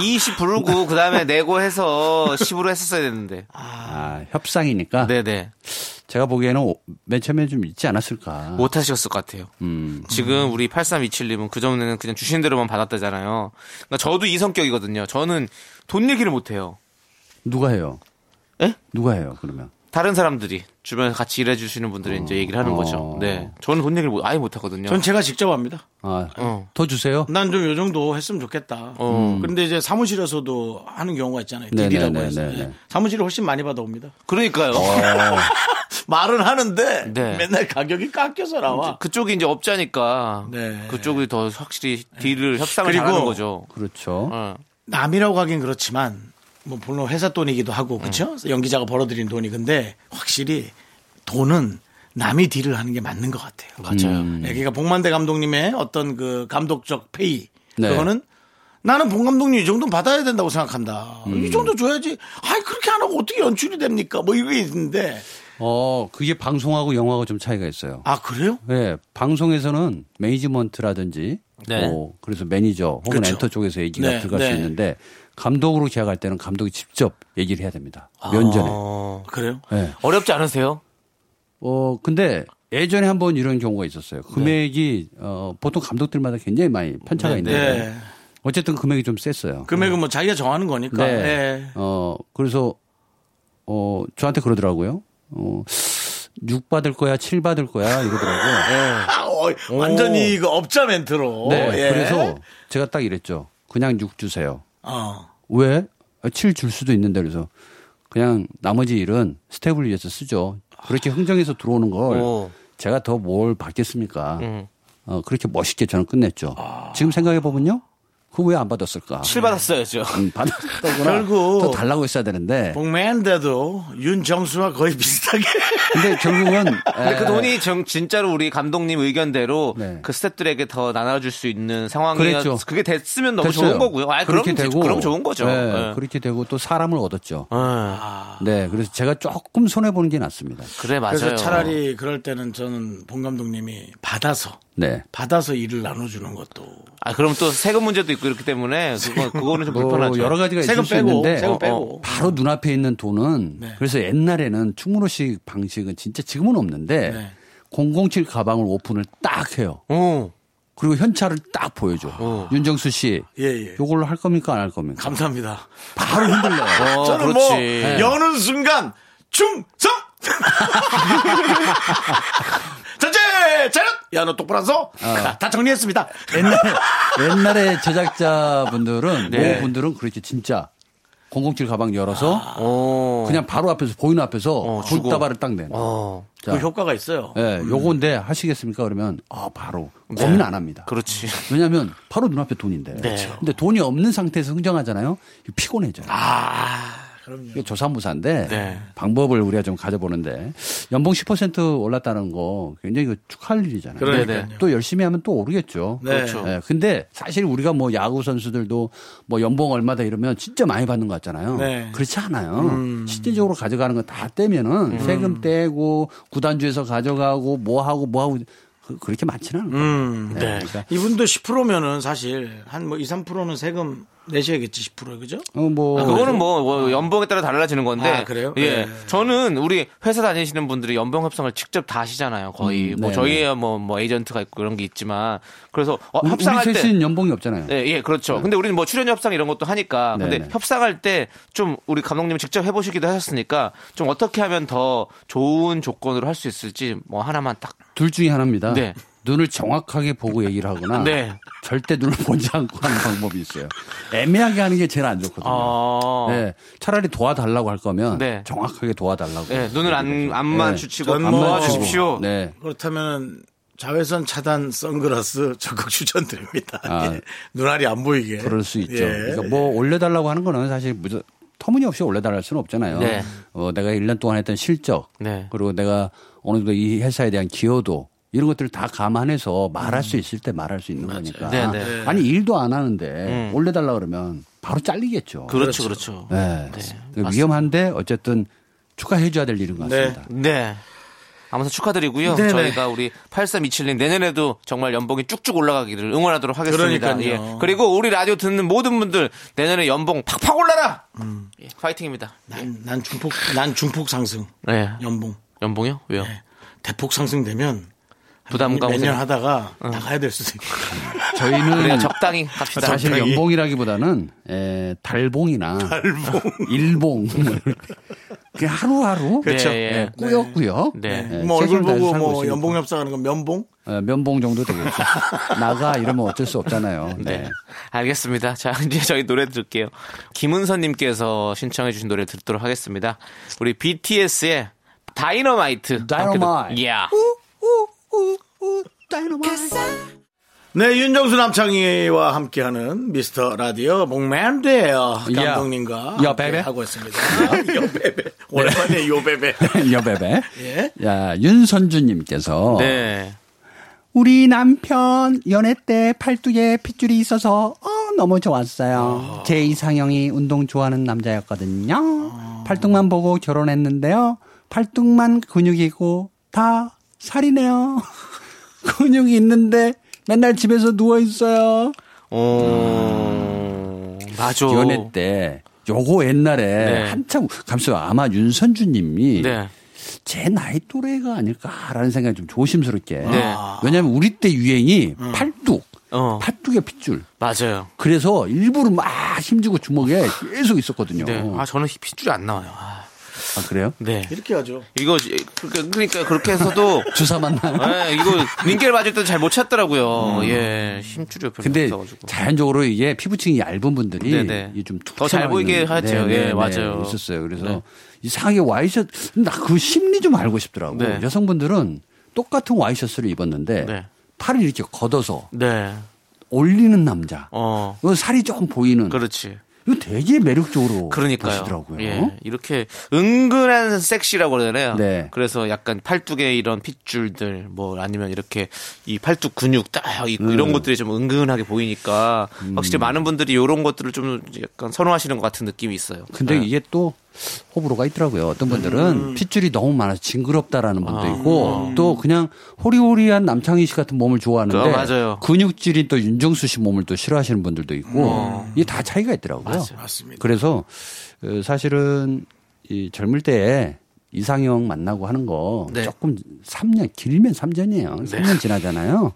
S2: 20 부르고 그 다음에 내고 해서 10으로 했었어야 됐는데.
S5: 아, 협상이니까
S2: 네네.
S5: 제가 보기에는 오- 맨 처음에 좀 있지 않았을까.
S2: 못하셨을 것 같아요.
S5: 음.
S2: 지금 우리 8327님은 그 전에는 그냥 주신 대로만 받았다잖아요. 그러니까 저도 이 성격이거든요. 저는 돈 얘기를 못해요.
S5: 누가 해요?
S2: 에?
S5: 누가 해요? 그러면
S2: 다른 사람들이 주변에서 같이 일해주시는 분들이 이제 얘기를 하는 거죠.
S5: 어.
S2: 네. 저는 돈 얘기를 못- 아예 못하거든요.
S1: 전 제가 직접 합니다.
S5: 아,
S2: 어.
S5: 더 주세요.
S1: 난 좀 요 정도 했으면 좋겠다.
S2: 어.
S1: 근데 이제 사무실에서도 하는 경우가 있잖아요.
S5: 네네네,
S1: 딜이라고 해서.
S5: 네네.
S1: 예. 사무실을 훨씬 많이 받아옵니다.
S2: 그러니까요. 어.
S1: 말은 하는데
S2: 네.
S1: 맨날 가격이 깎여서 나와.
S2: 그쪽이 이제 업자니까
S1: 네.
S2: 그쪽이 더 확실히 딜을 협상을
S1: 그리고
S2: 잘하는 거죠.
S5: 그렇죠.
S2: 어.
S1: 남이라고 하긴 그렇지만 뭐 물론 회사 돈이기도 하고
S5: 음.
S1: 그렇죠? 연기자가 벌어들인 돈이 근데 확실히 돈은 남이 딜을 하는 게 맞는 것 같아요.
S2: 맞아요.
S5: 음.
S1: 예, 그러니까 복만대 감독님의 어떤 그 감독적 페이
S5: 네.
S1: 그거는 나는 본 감독님 이 정도는 받아야 된다고 생각한다.
S5: 음.
S1: 이 정도 줘야지. 아이 그렇게 안 하고 어떻게 연출이 됩니까? 뭐 이게 있는데
S5: 어, 그게 방송하고 영화하고 좀 차이가 있어요.
S1: 아 그래요?
S5: 네, 방송에서는 매니지먼트라든지
S2: 네.
S5: 뭐 그래서 매니저 혹은
S1: 그렇죠.
S5: 엔터 쪽에서 얘기가
S1: 네,
S5: 들어갈
S1: 네.
S5: 수 있는데 감독으로 계약할 때는 감독이 직접 얘기를 해야 됩니다.
S1: 아.
S5: 면전에.
S2: 어.
S1: 그래요?
S5: 네.
S2: 어렵지 않으세요?
S5: 어, 근데 예전에 한 번 이런 경우가 있었어요.
S1: 네.
S5: 금액이 어, 보통 감독들마다 굉장히 많이 편차가 있는데
S1: 네.
S5: 어쨌든 금액이 좀 셌어요.
S1: 금액은 뭐 자기가 정하는 거니까.
S5: 네.
S1: 예.
S5: 어, 그래서, 어, 저한테 그러더라고요. 어, 6 받을 거야, 7 받을 거야, 이러더라고요.
S1: 아, 어, 완전히 그 업자 멘트로.
S5: 네.
S1: 예.
S5: 그래서 제가 딱 이랬죠. 그냥 6 주세요.
S1: 어.
S5: 왜? 7 줄 수도 있는데 그래서 그냥 나머지 일은 스텝을 위해서 쓰죠. 그렇게 흥정해서 들어오는 걸
S2: 오.
S5: 제가 더 뭘 받겠습니까? 어, 그렇게 멋있게 저는 끝냈죠. 지금 생각해보면요. 그 왜 안 받았을까?
S2: 7 받았어야죠.
S5: 음, 받았다거나
S1: 결국
S5: 더 달라고 했어야 되는데.
S1: 복맨데도 윤정수와 거의 비슷하게.
S5: 근데 결국은 예,
S2: 근데
S5: 에,
S2: 그 돈이 정, 진짜로 우리 감독님 의견대로
S5: 네.
S2: 그 스태프들에게 더 나눠줄 수 있는 상황이었
S5: 그랬죠.
S2: 그게 됐으면 너무
S5: 됐어요.
S2: 좋은 거고요. 아, 그럼 그럼 좋은 거죠.
S5: 네,
S2: 예.
S5: 그렇게 되고 또 사람을 얻었죠.
S2: 아,
S5: 네, 그래서 제가 조금 손해 보는 게 낫습니다.
S2: 그래 맞아요.
S1: 그래서 차라리 그럴 때는 저는 본 감독님이 받아서
S5: 네.
S1: 받아서 일을 나눠주는 것도
S2: 아 그럼 또 세금 문제도 있고 이렇기 때문에 그거 그거는 좀
S5: 뭐
S2: 불편하죠.
S5: 여러 가지가 있을
S1: 세금
S5: 수
S1: 빼고,
S5: 있는데
S1: 세금
S5: 어, 어,
S1: 빼고.
S5: 바로 눈앞에 있는 돈은
S2: 네.
S5: 그래서 옛날에는 충무로식 방식은 진짜 지금은 없는데
S1: 네.
S5: 007 가방을 오픈을 딱 해요.
S2: 어.
S5: 그리고 현찰을 딱 보여줘. 윤정수 씨,
S1: 예예.
S5: 요걸로 할 겁니까 안 할 겁니까?
S1: 감사합니다.
S5: 바로 흔들려요. 뭐, 예.
S2: 어,
S5: 네.
S1: 저는
S2: 그렇지.
S1: 뭐 여는 순간 충성 전체 차렷! 야, 너 똑바로 안 서? 자, 다 정리했습니다.
S5: 어. 옛날, 옛날에 제작자분들은,
S2: 네.
S5: 모 분들은 그렇게 진짜 007 가방 열어서
S2: 어.
S5: 그냥 바로 앞에서, 보이는 앞에서
S2: 어,
S5: 돈
S2: 주고.
S5: 다발을딱 내는.
S2: 어.
S5: 자,
S1: 그 효과가 있어요.
S5: 예, 요건데 하시겠습니까? 그러면, 아, 바로.
S2: 네.
S5: 고민 안 합니다.
S2: 그렇지.
S5: 왜냐면 하 바로 눈앞에 돈인데.
S1: 그렇죠.
S5: 근데 돈이 없는 상태에서 흥정하잖아요. 이거 피곤해져요.
S1: 아,
S5: 이게 조산무사인데
S2: 네.
S5: 방법을 우리가 좀 가져보는데 연봉 10% 올랐다는 거 굉장히 이거 축하할 일이잖아요.
S1: 그러니까요.
S5: 네, 네. 또 열심히 하면 또 오르겠죠.
S1: 네. 그렇죠.
S5: 예, 근데 사실 우리가 뭐 야구 선수들도 뭐 연봉 얼마다 이러면 진짜 많이 받는 것 같잖아요.
S1: 네. 음.
S5: 그렇지 않아요. 실질적으로 가져가는 거 다 떼면은 세금 떼고 구단주에서 가져가고 뭐 하고 뭐 하고 그- 그렇게 많지는 않아요. 네. 그러니까
S1: 음, 이분도 10%면은 사실 한 뭐 2, 3%는 세금 내셔야겠지, 10%. 그죠?
S5: 어, 뭐
S2: 아, 그거는 뭐, 뭐 연봉에 따라 달라지는 건데.
S1: 아, 그래요?
S2: 예.
S1: 네.
S2: 저는 우리 회사 다니시는 분들이 연봉 협상을 직접 다 하시잖아요. 거의
S5: 음,
S2: 뭐
S5: 네,
S2: 저희의 뭐, 뭐 에이전트가 있고 그런 게 있지만 그래서 어,
S5: 우리, 우리
S2: 협상할 때
S5: 셋은 연봉이 없잖아요.
S2: 예, 예, 그렇죠.
S1: 네.
S2: 근데 우리는 뭐 출연 협상 이런 것도 하니까. 근데
S5: 네네.
S2: 협상할 때 좀 우리 감독님이 직접 해보시기도 하셨으니까 좀 어떻게 하면 더 좋은 조건으로 할 수 있을지 뭐 하나만 딱.
S5: 둘 중에 하나입니다.
S2: 네.
S5: 눈을 정확하게 보고 얘기를 하거나
S2: 네.
S5: 절대 눈을 보지 않고 하는 방법이 있어요. 애매하게 하는 게 제일 안
S1: 아.
S5: 좋거든요.
S2: 어. 네.
S5: 네, 차라리 도와달라고 할 거면
S2: 네.
S5: 정확하게 도와달라고.
S2: 예, 눈을 안, 안만
S5: 네.
S2: 주치고
S1: 전
S2: 안
S1: 뭐-
S2: 도와주십시오.
S5: 네.
S1: 그렇다면은 자외선 차단 선글라스 적극 추천드립니다.
S5: 아.
S1: 예. 눈알이 안 보이게.
S5: 그럴 수 있죠.
S1: 예.
S5: 그러니까 뭐 올려달라고 하는 거는 사실 무조 터무니없이 올려달랄 수는 없잖아요.
S2: 네.
S5: 어, 내가 1년 동안 했던 실적
S2: 네.
S5: 그리고 내가 어느 정도 이 회사에 대한 기여도 이런 것들을 다 감안해서 말할
S1: 음.
S5: 수 있을 때 말할 수 있는 거니까.
S2: 네, 네.
S5: 아니 일도 안 하는데 올려달라 그러면 바로 잘리겠죠.
S2: 그렇죠, 그렇죠.
S5: 네.
S2: 네,
S5: 위험한데 어쨌든 축하해줘야 될 일인 것
S1: 네.
S5: 같습니다.
S2: 네. 아무튼 축하드리고요.
S1: 네네.
S2: 저희가 우리 8327님 내년에도 정말 연봉이 쭉쭉 올라가기를 응원하도록 하겠습니다. 예.
S1: 그러니까요.
S2: 그리고 우리 라디오 듣는 모든 분들 내년에 연봉 팍팍 올라라.
S1: 음.
S2: 예, 파이팅입니다.
S1: 난, 난 중폭, 난 중폭 상승.
S2: 네.
S1: 연봉. 네. 예.
S2: 연봉이요? 왜요?
S1: 대폭 상승되면
S2: 부담감
S1: 몇년
S2: 생각-
S1: 하다가
S5: 어.
S1: 나가야 될 수도 있고.
S2: 그래요.
S5: 저희는
S2: 적당히 갑시다.
S5: 사실
S1: 아, 적당히.
S5: 연봉이라기보다는 에, 달봉이나 일봉 그냥 하루하루
S1: 그렇죠.
S2: 네, 예.
S5: 예, 꾸역꾸역
S2: 네.
S5: 예,
S1: 뭐 얼굴
S5: 최선을 다해서
S1: 보고
S5: 살고
S1: 뭐
S5: 있으니까.
S1: 연봉 협상하는 건 면봉?
S5: 예, 면봉 정도 되겠죠 나가 이러면 어쩔 수 없잖아요 네.
S2: 네. 알겠습니다. 자, 이제 저희 노래 들을게요. 김은선님께서 신청해주신 노래 듣도록 하겠습니다. 우리 BTS의 다이너마이트.
S5: 다이너마이트.
S2: 야.
S1: 네, 윤정수 남창희와 함께하는 미스터 라디오 목맨데요
S5: 야.
S1: 감독님과
S5: 야,
S1: 함께
S5: 베베. 네.
S1: 하고 있습니다. 요베베. 오랜만에 요베베.
S5: 여배배
S1: 네. 예.
S5: 야 윤선주님께서
S2: 네.
S5: 우리 남편 연애 때 팔뚝에 핏줄이 있어서 어, 너무 좋았어요.
S1: 아.
S5: 제 이상형이 운동 좋아하는 남자였거든요.
S1: 아.
S5: 팔뚝만 보고 결혼했는데요. 팔뚝만 근육이고 다 살이네요. 근육이 있는데 맨날 집에서 누워 있어요.
S2: 오. 맞아.
S5: 연애 때 요거 옛날에
S2: 네.
S5: 한참 감수 아마 윤선주님이
S2: 네.
S5: 제 나이 또래가 아닐까라는 생각이 좀 조심스럽게.
S2: 네. 음.
S5: 왜냐하면 우리 때 유행이 팔뚝,
S2: 어.
S5: 팔뚝에 핏줄.
S2: 맞아요.
S5: 그래서 일부러 막 힘주고 주먹에 계속 있었거든요.
S2: 네. 아,
S5: 아,
S2: 저는 핏줄이 안 나와요. 아,
S5: 그래요?
S2: 네.
S1: 어. 이렇게 하죠.
S2: 이거, 지- 그러니까, 그러니까 그렇게 해서도.
S5: 주사 맞나요?
S2: 예, 이거 링겔 맞을 때도 잘 못 찾더라고요.
S1: 음.
S2: 예. 힘줄이 별로
S5: 근데
S2: 없어가지고.
S5: 자연적으로 이게 피부층이 얇은 분들이
S2: 네네.
S5: 이게 좀툭
S2: 더잘
S5: 튀어나와
S2: 보이게
S5: 있는-
S2: 하죠.
S5: 네네네,
S2: 예, 맞아요.
S5: 있었어요. 그래서
S2: 네.
S5: 이상하게 와이셔츠 나 그 심리 좀 알고 싶더라고.
S2: 네.
S5: 여성분들은 똑같은 와이셔츠를 입었는데
S2: 네.
S5: 팔을 이렇게 걷어서
S2: 네.
S5: 올리는 남자.
S2: 어.
S5: 그 살이 좀 보이는.
S2: 그렇지.
S5: 이거 되게 매력적으로
S2: 그러니까요.
S5: 보시더라고요.
S2: 예, 이렇게 은근한 섹시라고 그러잖아요.
S5: 네.
S2: 그래서 약간 팔뚝에 이런 핏줄들 뭐 아니면 이렇게 이 팔뚝 근육 딱 있고
S5: 음.
S2: 이런 것들이 좀 은근하게 보이니까 확실히 많은 분들이 이런 것들을 좀 약간 선호하시는 것 같은 느낌이 있어요.
S5: 근데
S2: 네.
S5: 이게 또 호불호가 있더라고요. 어떤 분들은
S1: 음.
S5: 핏줄이 너무 많아서 징그럽다라는 분도 있고 또 그냥 호리호리한 남창희 씨 같은 몸을 좋아하는데
S2: 그거 맞아요.
S5: 근육질인 또 윤정수 씨 몸을 또 싫어하시는 분들도 있고 이게 다 차이가 있더라고요.
S1: 맞습니다.
S5: 그래서 어, 사실은 이 젊을 때에 이상형 만나고 하는 거
S2: 네.
S1: 네.
S5: 조금 3년 길면 3년이에요. 3년 지나잖아요.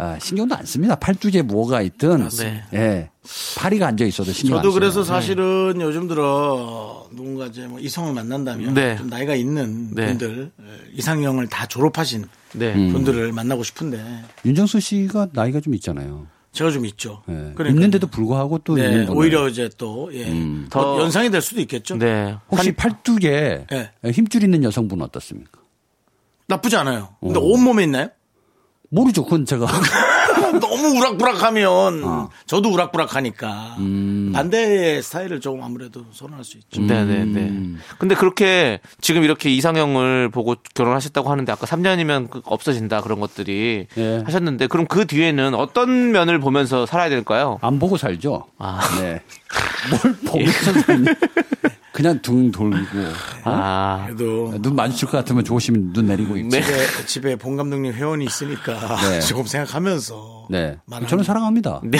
S5: 아, 신경도 안 씁니다. 팔뚝에 뭐가 있든
S2: 네.
S5: 예 파리가 앉아 있어도
S1: 저도
S5: 신경 안 써요. 네.
S1: 그래서 사실은 요즘 들어 누군가 이제 뭐 이성을 만난다면
S2: 네.
S1: 좀 나이가 있는
S2: 네.
S1: 분들 예, 이상형을 다 졸업하신
S2: 네.
S5: 음.
S1: 분들을 만나고 싶은데
S5: 윤정수 씨가 나이가 좀 있잖아요.
S1: 제가 좀 있죠.
S5: 예.
S1: 그러니까.
S5: 있는데도 불구하고 또
S1: 네,
S5: 있는 거네요. 음.
S1: 오히려 이제 또 예. 더
S2: 더-
S1: 연상이 될 수도 있겠죠.
S2: 네.
S5: 혹시 팔뚝에
S1: 예.
S5: 힘줄 있는 여성분 은 어떻습니까?
S1: 나쁘지 않아요. 근데 온 몸에 있나요? 어,
S5: 모르죠. 그건 제가
S1: 너무 우락부락하면
S2: 아.
S1: 저도 우락부락하니까
S2: 음.
S1: 반대의 스타일을 조금 아무래도 선호할 수 있죠.
S5: 음.
S2: 네네네. 근데 그렇게 지금 이렇게 이상형을 보고 결혼하셨다고 하는데 아까 3년이면 없어진다 그런 것들이
S5: 예.
S2: 하셨는데 그럼 그 뒤에는 어떤 면을 보면서 살아야 될까요?
S5: 안 보고 살죠.
S2: 아.
S5: 네. 뭘
S1: 예.
S5: 보면서 살냐. 그냥 둥 돌고 어?
S2: 아,
S1: 그래도
S5: 눈 마주칠 것 같으면 조심히 눈 내리고 있지.
S2: 네.
S1: 집에, 집에 본 감독님 회원이 있으니까
S5: 네.
S1: 조금 생각하면서
S5: 네.
S1: 말하는-
S5: 저는 사랑합니다.
S2: 네.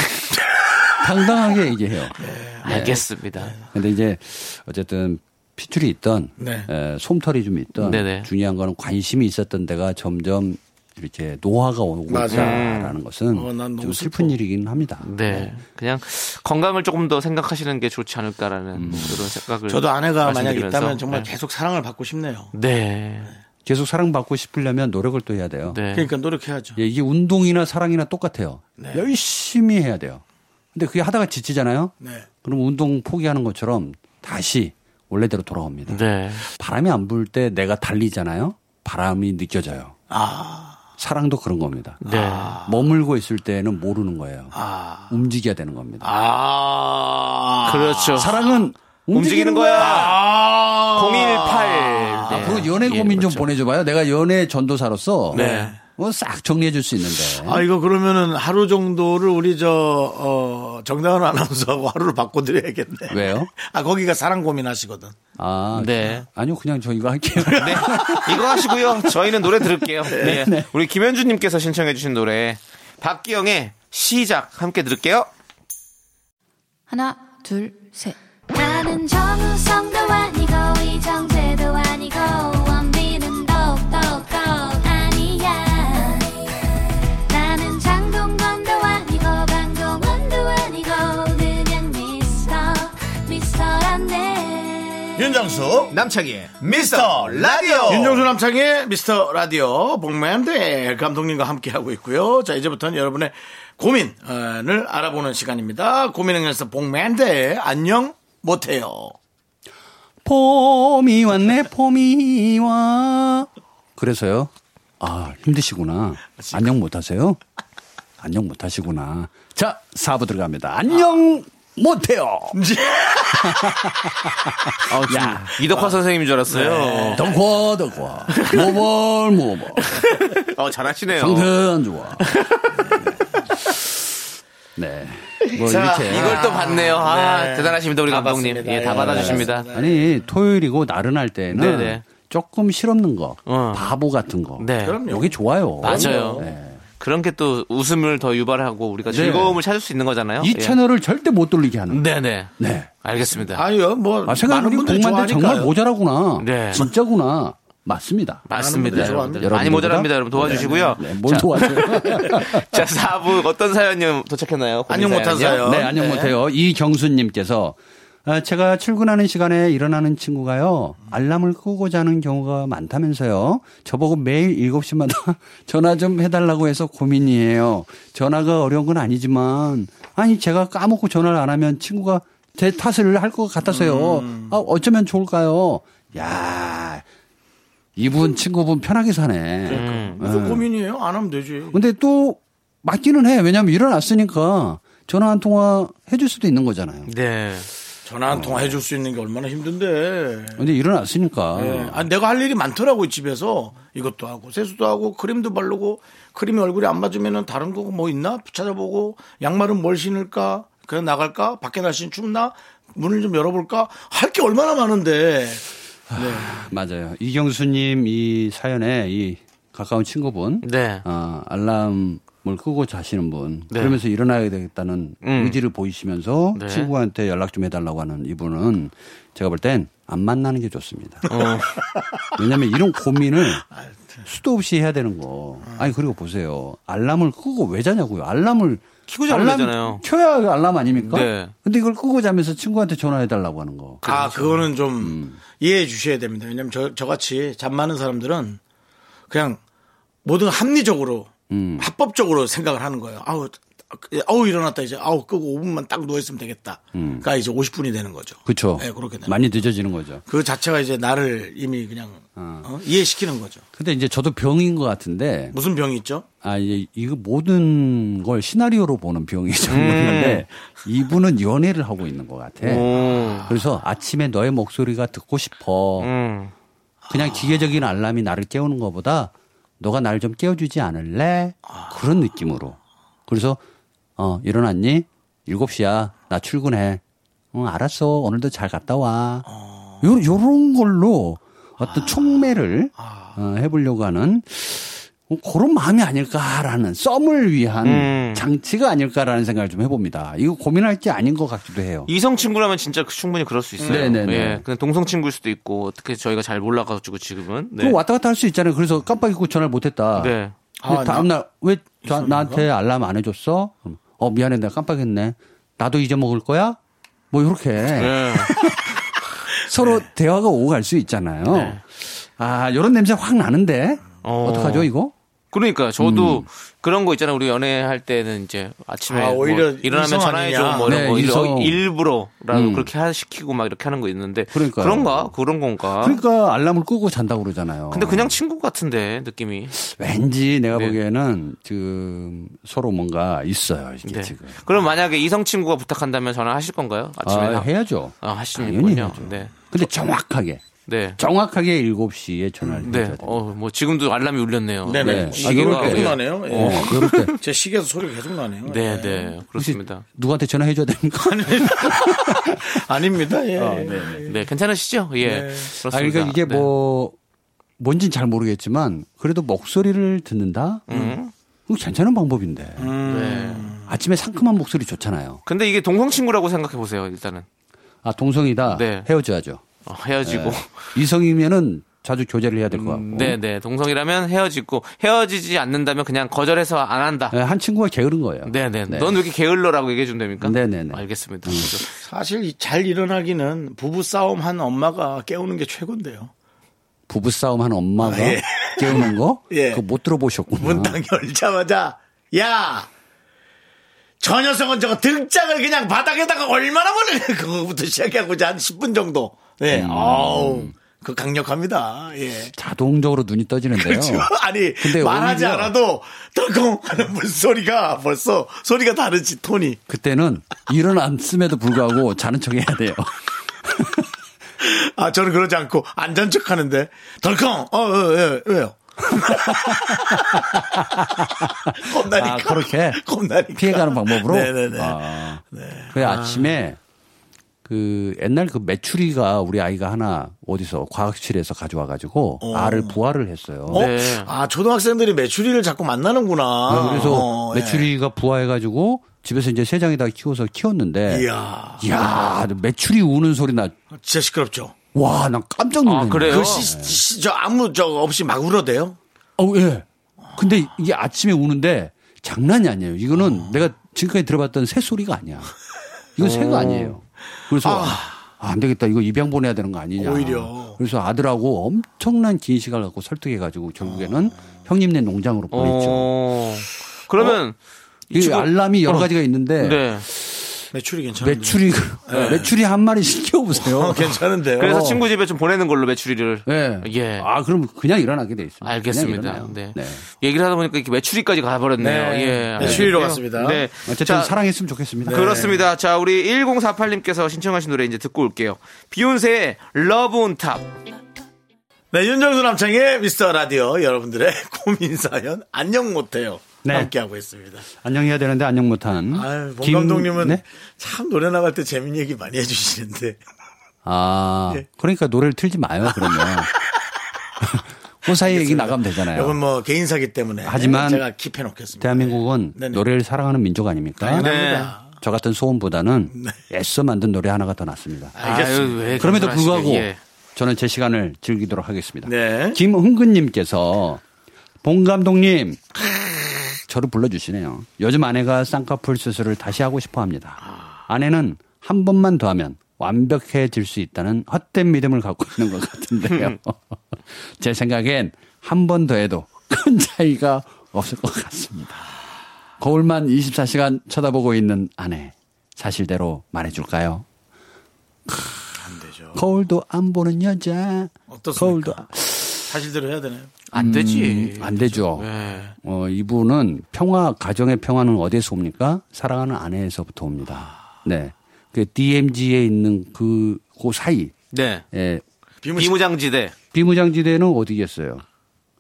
S5: 당당하게 얘기해요. 네.
S2: 알겠습니다.
S5: 근데 이제 어쨌든 피줄이 있던
S1: 네.
S5: 에, 솜털이 좀 있던
S2: 네네.
S5: 중요한 거는 관심이 있었던 데가 점점 이렇게 노화가 오고
S1: 맞아요.
S5: 있다라는 것은
S1: 어, 난 너무
S5: 좀 슬픈 일이긴 합니다.
S2: 네. 그냥 건강을 조금 더 생각하시는 게 좋지 않을까라는 그런 생각을.
S1: 음. 저도 아내가 만약에
S2: 말씀드리면서.
S1: 있다면 정말
S2: 네.
S1: 계속 사랑을 받고 싶네요.
S2: 네.
S5: 계속 사랑받고 싶으려면 노력을 또 해야 돼요.
S2: 네.
S1: 그러니까 노력해야죠.
S5: 예, 이게 운동이나 사랑이나 똑같아요.
S1: 네.
S5: 열심히 해야 돼요. 근데 그게 하다가 지치잖아요.
S2: 예.
S1: 네.
S5: 그럼 운동 포기하는 것처럼 다시 원래대로 돌아옵니다.
S2: 네.
S5: 바람이 안 불 때 내가 달리잖아요. 바람이 느껴져요.
S1: 아.
S5: 사랑도 그런 겁니다.
S2: 네.
S5: 머물고 있을 때는 모르는 거예요.
S2: 아.
S5: 움직여야 되는 겁니다.
S1: 아.
S2: 그렇죠.
S5: 사랑은
S2: 움직이는 거야.
S1: 아.
S2: 018. 네.
S5: 앞으로 연애
S2: 예,
S5: 고민 좀
S2: 그렇죠.
S5: 보내줘봐요. 내가 연애 전도사로서
S2: 네.
S5: 뭐 싹 정리해줄 수 있는데.
S1: 아, 이거 그러면은 하루 정도를 우리 저, 어, 정다은 아나운서하고 하루를 바꿔드려야겠네.
S5: 왜요?
S1: 아, 거기가 사랑 고민하시거든.
S5: 아,
S2: 네.
S5: 아니요, 그냥 저 이거 할게요.
S2: 네. 이거 하시고요. 저희는 노래 들을게요. 네. 우리 김현주님께서 신청해주신 노래. 박기영의 시작 함께 들을게요.
S6: 하나, 둘, 셋.
S3: 나는 정우성도 아니고 이정재도 아니고 원빈은 더욱더 아니야 나는 장동건도 아니고 방종원도 아니고 그냥 미스터 미스터란데
S1: 윤정수
S2: 남창희의
S1: 미스터 라디오 윤정수 남창의 미스터 라디오 복만대 감독님과 함께하고 있고요 자 이제부터는 여러분의 고민을 알아보는 시간입니다 고민행에서 복만대 안녕 못해요
S5: 봄이 왔네, 봄이 와. 그래서요? 아, 힘드시구나. 안녕 못 하세요? 안녕 못 하시구나. 자, 4부 들어갑니다. 안녕 못 해요.
S2: 아. 야,
S1: 아.
S2: 이덕화 선생님인 줄 알았어요.
S1: 네.
S5: 덩고, 덩고. 뭐 모벌, 모벌.
S2: 어, 잘하시네요.
S5: 정든 좋아. 네. 네. 뭐
S1: 자,
S5: 이렇게.
S2: 이걸 또 봤네요. 아,
S1: 네.
S2: 대단하십니다. 우리
S1: 다
S2: 감독님.
S1: 봤습니다.
S2: 예, 다
S1: 예,
S2: 받아주십니다.
S1: 알았습니다.
S5: 네. 아니, 토요일이고 나른할 때는
S2: 네네.
S5: 조금 실없는 거,
S2: 어.
S5: 바보 같은 거.
S2: 네.
S1: 그럼요.
S5: 여기 좋아요.
S2: 맞아요.
S5: 네.
S2: 그런 게 또 웃음을 더 유발하고 우리가 즐거움을 찾을 수 있는 거잖아요. 예.
S5: 이 채널을 절대 못 돌리게 하는.
S2: 네네.
S5: 네.
S2: 알겠습니다.
S1: 아니요 뭐
S5: 아,
S1: 많은
S5: 생각해보니
S1: 분들이
S5: 공만대
S1: 좋아하니까요
S5: 정말 모자라구나.
S2: 네.
S5: 진짜구나. 맞습니다.
S1: 많은
S2: 맞습니다.
S1: 분들
S2: 여러분들. 많이
S5: 여러분들보다?
S2: 모자랍니다. 여러분 도와주시고요.
S5: 네, 뭘 도와줘요?
S2: 자, 4부 어떤 사연이 도착했나요? 고민
S1: 안녕 못한 사연
S2: 사연이요?
S5: 네, 안녕 못해요. 이경수님께서 아, 제가 출근하는 시간에 일어나는 친구가요 알람을 끄고 자는 경우가 많다면서요. 저보고 매일 7시마다 전화 좀 해달라고 해서 고민이에요. 전화가 어려운 건 아니지만 아니 제가 까먹고 전화를 안 하면 친구가 제 탓을 할 것 같아서요. 아, 어쩌면 좋을까요? 야 이분 친구분 편하게 사네.
S2: 음.
S1: 무슨 고민이에요 안 하면 되지
S5: 근데 또 맞기는 해. 왜냐하면 일어났으니까 전화 한 통화 해줄 수도 있는 거잖아요.
S2: 네.
S1: 전화 한 통화 해줄 수 있는 게 얼마나 힘든데
S5: 근데 일어났으니까.
S2: 네.
S1: 예. 아, 내가 할 일이 많더라고 요 집에서 이것도 하고 세수도 하고 크림도 바르고 크림이 얼굴에 안 맞으면은 다른 거 뭐 있나 찾아보고 양말은 뭘 신을까 그냥 나갈까 밖에 날씨는 춥나 문을 좀 열어볼까 할 게 얼마나 많은데 네.
S5: 맞아요. 이경수님 이 사연에 이 가까운 친구분
S2: 네.
S5: 어, 알람을 끄고 자시는 분
S2: 네.
S5: 그러면서 일어나야 되겠다는
S2: 음.
S5: 의지를 보이시면서
S2: 네.
S5: 친구한테 연락 좀 해달라고 하는 이분은 제가 볼 땐 안 만나는 게 좋습니다.
S2: 어.
S5: 왜냐하면 이런 고민을 수도 없이 해야 되는 거. 아니 그리고 보세요. 알람을 끄고 왜 자냐고요. 알람을
S2: 켜고 자면
S5: 알람
S2: 되잖아요.
S5: 켜야 알람 아닙니까?
S2: 네.
S5: 근데 이걸 끄고 자면서 친구한테 전화해달라고 하는 거.
S1: 아, 그거는 좀 이해해 주셔야 됩니다. 왜냐면 저, 저같이 잠 많은 사람들은 그냥 모든 합리적으로 합법적으로 생각을 하는 거예요. 아우, 아우 일어났다 이제 아우 끄고 5분만 딱 누워 있으면 되겠다. 그러니까 이제 50분이 되는 거죠.
S5: 그렇죠.
S1: 예, 그렇게 되는.
S5: 많이 늦어지는 거죠.
S1: 그 자체가 이제 나를 이미 그냥 어? 이해시키는 거죠.
S5: 근데 이제 저도 병인 것 같은데
S1: 무슨 병이 있죠?
S5: 아, 이제 이거 모든 걸 시나리오로 보는 병이 정도인데 이분은 연애를 하고 있는 것 같아. 그래서 아침에 너의 목소리가 듣고 싶어.
S2: 음.
S5: 그냥 기계적인 알람이 나를 깨우는 것보다 너가 나를 좀 깨워주지 않을래?
S2: 아.
S5: 그런 느낌으로. 그래서 어, 일어났니? 7시야. 나 출근해. 응, 알았어. 오늘도 잘 갔다 와.
S2: 어.
S5: 요, 요런 걸로
S2: 아.
S5: 어떤 촉매를 어, 해보려고 하는 어, 그런 마음이 아닐까라는 썸을 위한
S2: 음.
S5: 장치가 아닐까라는 생각을 좀 해봅니다. 이거 고민할 게 아닌 것 같기도 해요.
S2: 이성 친구라면 진짜 충분히 그럴 수 있어요.
S5: 네, 네, 네.
S2: 예, 그냥 동성 친구일 수도 있고 어떻게 저희가 잘 몰라가지고 지금은. 네.
S5: 그럼 왔다 갔다 할 수 있잖아요. 그래서 깜빡 잊고 전화를 못했다.
S2: 네.
S5: 근데
S1: 아,
S5: 다음날 왜 저- 나한테 알람 안 해줬어? 그럼, 어 미안해 내가 깜빡했네. 나도 잊어먹을 거야? 뭐 이렇게
S2: 네.
S5: 서로 대화가 오고 갈 수 있잖아요. 아 이런 냄새 확 나는데
S2: 네. 어.
S5: 어. 떡하죠 이거?
S2: 그러니까
S5: 음.
S2: 저도 그런 거 있잖아요. 우리 연애할 때는 이제 아침에
S1: 아,
S2: 뭐
S1: 오히려
S2: 일어나면
S1: 일성
S2: 전화해줘
S1: 아니냐.
S2: 뭐 이런
S5: 네,
S2: 거
S5: 일성. 음.
S2: 일부러, 일부러라도 그렇게 하- 시키고 막 이렇게 하는 거 있는데
S5: 그러니까요.
S2: 그런가 그런 건가?
S5: 그러니까 알람을 끄고 잔다고 그러잖아요.
S2: 아. 근데 그냥 친구 같은데 느낌이.
S5: 왠지 내가
S2: 네.
S5: 보기에는 지금 서로 뭔가 있어요 이게
S2: 네.
S5: 지금.
S2: 그럼 만약에 이성 친구가 부탁한다면 전화하실 건가요? 아침에
S5: 아,
S2: 하-
S5: 해야죠.
S2: 아,
S5: 당연히
S2: 하시는군요.
S5: 해야죠.
S2: 네.
S5: 근데 정확하게
S2: 네.
S5: 정확하게 7시에 전화를
S2: 네.
S5: 해줘야 돼요.
S2: 어, 뭐 지금도 알람이 울렸네요.
S1: 네네.
S5: 네.
S1: 시계가
S2: 아,
S1: 계속
S2: 네.
S1: 나네요. 예.
S5: 어, 그럴 때
S1: 제 시계에서 소리가 계속 나네요.
S2: 네,
S1: 예.
S2: 네. 그렇습니다.
S5: 누구한테 전화해줘야 됩니까?
S1: 아닙니다. 예.
S2: 네, 괜찮으시죠? 예. 그렇습니다.
S5: 아, 그러니까 이게
S2: 네.
S5: 뭐 뭔진 잘 모르겠지만 그래도 목소리를 듣는다.
S2: 음.
S5: 그거 괜찮은 방법인데
S1: 음.
S2: 네.
S5: 아침에 상큼한 목소리 좋잖아요.
S2: 근데 이게 동성 친구라고 생각해 보세요, 일단은.
S5: 아 동성이다
S2: 네.
S5: 헤어져야죠.
S2: 어,
S5: 네.
S2: 헤어지고.
S5: 이성이면은 자주 교제를 해야 될 것 같고.
S2: 네, 네. 동성이라면 헤어지고 헤어지지 않는다면 그냥 거절해서 안 한다.
S5: 네, 한 친구가 게으른 거예요.
S2: 네, 네. 넌 왜 이렇게 게을러라고 얘기해 주면 됩니까?
S5: 네, 네, 네.
S2: 알겠습니다.
S1: 사실 이잘 일어나기는 부부 싸움 한 엄마가 깨우는 게 최고인데요.
S5: 부부 싸움 한 엄마가
S2: 아, 예.
S5: 깨우는 거?
S1: 예.
S5: 그거 못 들어보셨구나.
S1: 문딱 열자마자 야. 저 녀석은 저거 등짝을 그냥 바닥에다가 얼마나 보내 그거부터 시작하고 이제 한 10분 정도. 네.
S5: 음.
S1: 아우. 그 강력합니다. 예.
S5: 자동적으로 눈이 떠지는데요.
S1: 그렇죠. 아니
S5: 어. 근데
S1: 말하지
S5: 오히려-
S1: 않아도 덜컹 하는 물소리가 벌써 소리가 다르지 톤이.
S5: 그때는 일어났음에도 불구하고 자는 척 해야 돼요.
S1: 아 저는 그러지 않고 안잔 척하는데 덜컹. 어, 어 예, 왜요? 겁나니까.
S5: 아, 그렇게
S1: 겁나니까.
S5: 피해가는 방법으로.
S1: 네네네.
S5: 아, 그래 아침에 그 옛날 그 메추리가 우리 아이가 하나 어디서 과학실에서 가져와가지고 알을 부화를 했어요.
S1: 어?
S2: 네.
S1: 아 초등학생들이 메추리를 자꾸 만나는구나.
S5: 네, 그래서
S1: 어, 예.
S5: 메추리가 부화해가지고 집에서 이제 새장에다가 키워서 키웠는데.
S1: 이야,
S5: 이야, 아, 메추리 우는 소리 나.
S1: 진짜 시끄럽죠.
S5: 와, 난 깜짝 놀랐네.
S2: 아, 그래요?
S1: 그 시, 시- 저 아무 저 없이 막 울어대요.
S5: 어, 예. 근데 이게 아침에 우는데 장난이 아니에요. 이거는 내가 지금까지 들어봤던 새 소리가 아니야. 이건 새가 아니에요. 그래서 아, 안 되겠다. 이거 입양 보내야 되는 거 아니냐.
S1: 오히려.
S5: 그래서 아들하고 엄청난 긴 시간을 갖고 설득해 가지고 결국에는 형님네 농장으로 보냈죠.
S2: 어. 그러면
S5: 이
S2: 지금-
S5: 알람이 여러 가지가 있는데
S2: 네.
S1: 메추리 괜찮은데.
S5: 매출이 그 매출이 한 마리 시켜 보세요.
S1: 어, 괜찮은데요.
S2: 그래서 친구 집에 좀 보내는 걸로 매출이를
S5: 예.
S2: 예.
S5: 아, 그럼 그냥 일어나게 돼 있습니다. 그냥
S2: 알겠습니다.
S5: 일어나요.
S2: 네. 얘기를 하다 보니까 이렇게 매출이까지 가버렸네요.
S1: 네.
S2: 예.
S1: 매출이로
S2: 알겠네요.
S1: 갔습니다.
S2: 네.
S5: 어쨌든 네.
S2: 자,
S5: 사랑했으면 좋겠습니다.
S2: 그렇습니다. 자, 우리 1048님께서 신청하신 노래 이제 듣고 올게요. 비욘세의 러브 온탑.
S1: 네, 윤정수 남창의 미스터 라디오 여러분들의 고민 사연 안녕 못해요.
S5: 네.
S1: 함께하고 있습니다.
S5: 안녕해야 되는데 안녕 못한.
S1: 아유, 봉
S5: 김-
S1: 감독님은
S5: 네?
S1: 참 노래 나갈 때 재밌는 얘기 많이 해주시는데.
S5: 아
S1: 예.
S5: 그러니까 노래를 틀지 마요 그러면. 그 사이 얘기 나가면 되잖아요.
S1: 이건 뭐 개인사기 때문에
S5: 하지만
S1: 제가 킵해 놓겠습니다.
S5: 대한민국은
S1: 네네.
S5: 노래를 사랑하는 민족 아닙니까?
S1: 당연합니다.
S2: 네.
S1: 네.
S5: 저 같은 소음보다는 애써 만든 노래 하나가 더 낫습니다.
S1: 알겠습니다.
S2: 아유, 왜
S5: 그럼에도
S2: 그러시게,
S5: 불구하고
S2: 예.
S5: 저는 제 시간을 즐기도록 하겠습니다.
S1: 네.
S5: 김흥근님께서 봉 감독님 저를 불러주시네요. 요즘 아내가 쌍꺼풀 수술을 다시 하고 싶어 합니다. 아내는 한 번만 더 하면 완벽해질 수 있다는 헛된 믿음을 갖고 있는 것 같은데요. 제 생각엔 한 번 더 해도 큰 차이가 없을 것 같습니다. 거울만 24시간 쳐다보고 있는 아내 사실대로 말해줄까요?
S1: 안 되죠.
S5: 거울도 안 보는 여자.
S1: 어떻습니까?
S5: 거울도 안-
S1: 사실대로 해야 되나요?
S2: 안 되지.
S5: 음, 안 되죠.
S2: 예.
S5: 어, 이분은 평화, 가정의 평화는 어디에서 옵니까? 사랑하는 아내에서부터 옵니다. 네. 그 DMZ에 있는 그, 그 사이.
S2: 네.
S5: 예.
S2: 비무장지대.
S5: 비무장지대는 어디겠어요?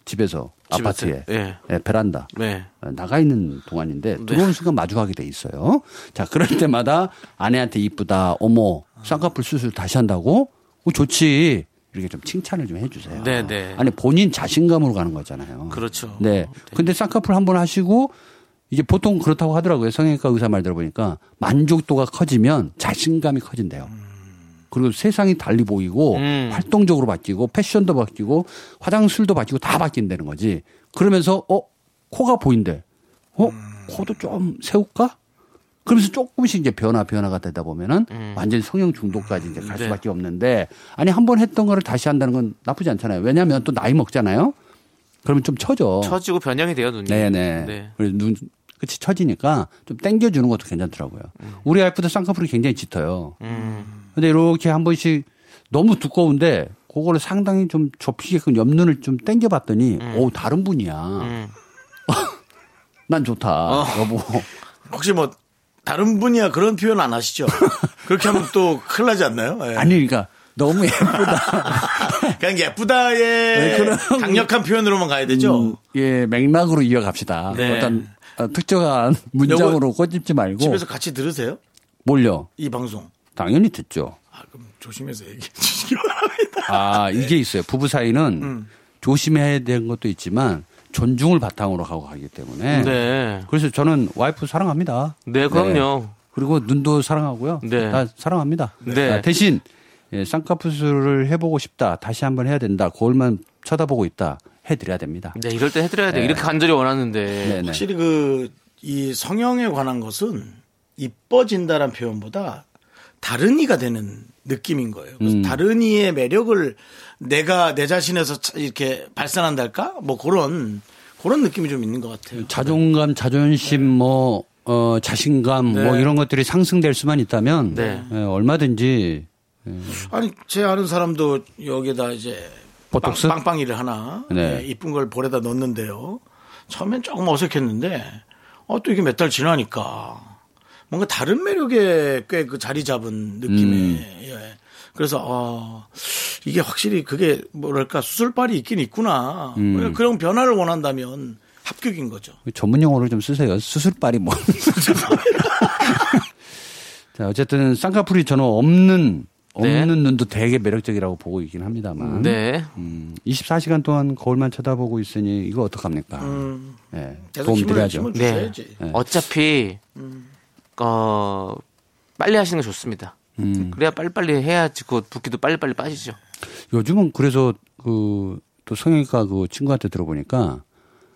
S5: 집에서,
S2: 집에서.
S5: 아파트에.
S2: 예.
S5: 예, 베란다.
S2: 네.
S5: 어, 나가 있는 동안인데 들어오는 순간 마주하게 돼 있어요. 자, 그럴 때마다 아내한테 이쁘다, 어머, 쌍꺼풀 수술 다시 한다고? 어, 좋지. 이렇게 좀 칭찬을 좀 해주세요.
S2: 네, 네.
S5: 아니, 본인 자신감으로 가는 거잖아요.
S2: 그렇죠.
S5: 네. 근데 쌍꺼풀 한 번 하시고 이제 보통 그렇다고 하더라고요. 성형외과 의사 말 들어보니까 만족도가 커지면 자신감이 커진대요. 그리고 세상이 달리 보이고
S2: 음.
S5: 활동적으로 바뀌고 패션도 바뀌고 화장술도 바뀌고 다 바뀐다는 거지. 그러면서 어 코가 보인대. 어 코도 좀 세울까? 그러면서 조금씩 이제 변화 변화가 되다 보면은 완전 히 성형 중독까지 이제 갈
S2: 네.
S5: 수밖에 없는데 아니 한 번 했던 거를 다시 한다는 건 나쁘지 않잖아요. 왜냐하면 또 나이 먹잖아요. 그러면 좀 처져.
S2: 처지고 변형이 돼요, 눈이.
S5: 네네.
S2: 네.
S5: 그래서 눈 끝이 처지니까 좀 당겨주는 것도 괜찮더라고요. 우리 와이프도 쌍꺼풀이 굉장히 짙어요.
S2: 음.
S5: 근데 이렇게 한 번씩 너무 두꺼운데 그거를 상당히 좀 좁히게끔 옆눈을 좀 당겨봤더니
S2: 음.
S5: 오 다른 분이야. 난
S2: 어.
S5: 좋다 여보.
S1: 혹시 뭐 다른 분이야 그런 표현 안 하시죠? 그렇게 하면 또 큰일 나지 않나요? 예.
S5: 아니 그러니까 너무 예쁘다.
S1: 그냥 예쁘다의
S5: 그런-
S1: 강력한 표현으로만 가야 되죠.
S5: 뭐- 음, 예 맥락으로 이어갑시다.
S1: 네.
S5: 어떤 어, 특정한 문장으로 꼬집지 말고
S1: 집에서 같이 들으세요?
S5: 몰려
S1: 이 방송.
S5: 당연히 듣죠.
S1: 아, 그럼 조심해서 얘기해 주시기 바랍니다.
S5: 아, 이게 있어요. 부부 사이는
S2: 음.
S5: 조심해야 되는 것도 있지만 존중을 바탕으로 하고 가기
S1: 음.
S5: 때문에.
S2: 네.
S5: 그래서 저는 와이프 사랑합니다.
S2: 네, 그럼요.
S5: 그리고 눈도 사랑하고요.
S2: 네.
S5: 나 사랑합니다.
S2: 네.
S5: 아, 대신 예, 쌍꺼풀 수술을 해보고 싶다. 다시 한번 해야 된다. 거울만 쳐다보고 있다. 해드려야 됩니다.
S2: 네, 이럴 때 해드려야 돼. 요 이렇게 간절히 원하는데.
S5: 네네.
S1: 확실히 그 이 성형에 관한 것은 이뻐진다란 표현보다 다른 이가 되는 느낌인 거예요. 그래서
S5: 음.
S1: 다른 이의 매력을 내가 내 자신에서 차- 이렇게 발산한달까? 뭐 그런 그런 느낌이 좀 있는 것 같아요.
S5: 자존감, 자존심, 뭐, 어, 자신감, 뭐 이런 것들이 상승될 수만 있다면
S2: 네.
S5: 예, 얼마든지
S1: 아니 제 아는 사람도 여기다 이제
S5: 보톡스?
S1: 빵, 빵이를 하나
S5: 네.
S1: 예, 이쁜 걸 볼에다 넣었는데요. 처음엔 조금 어색했는데 어, 또 이게 몇 달 지나니까 뭔가 다른 매력에 꽤 그 자리 잡은 느낌에
S5: 음.
S1: 예. 그래서 어, 이게 확실히 그게 뭐랄까 수술빨이 있긴 있구나
S5: 음.
S1: 그냥 그런 변화를 원한다면 합격인 거죠.
S5: 전문 용어를 좀 쓰세요. 수술빨이 뭐. 자, 어쨌든 쌍꺼풀이 저는 없는
S2: 네.
S5: 없는 눈도 되게 매력적이라고 보고 있긴 합니다만.
S2: 네.
S5: 음, 24시간 동안 거울만 쳐다보고 있으니 이거 어떡합니까?
S2: 음.
S5: 예,
S1: 음, 계속
S5: 도움
S1: 힘을,
S5: 드려야죠.
S1: 힘을
S2: 네.
S1: 주셔야지. 음.
S2: 어차피 어 빨리 하시는 게 좋습니다.
S5: 음.
S2: 그래야 빨리빨리 해야지 그 붓기도 빨리빨리 빠지죠.
S5: 요즘은 그래서 그 또 성형외과 그 친구한테 들어보니까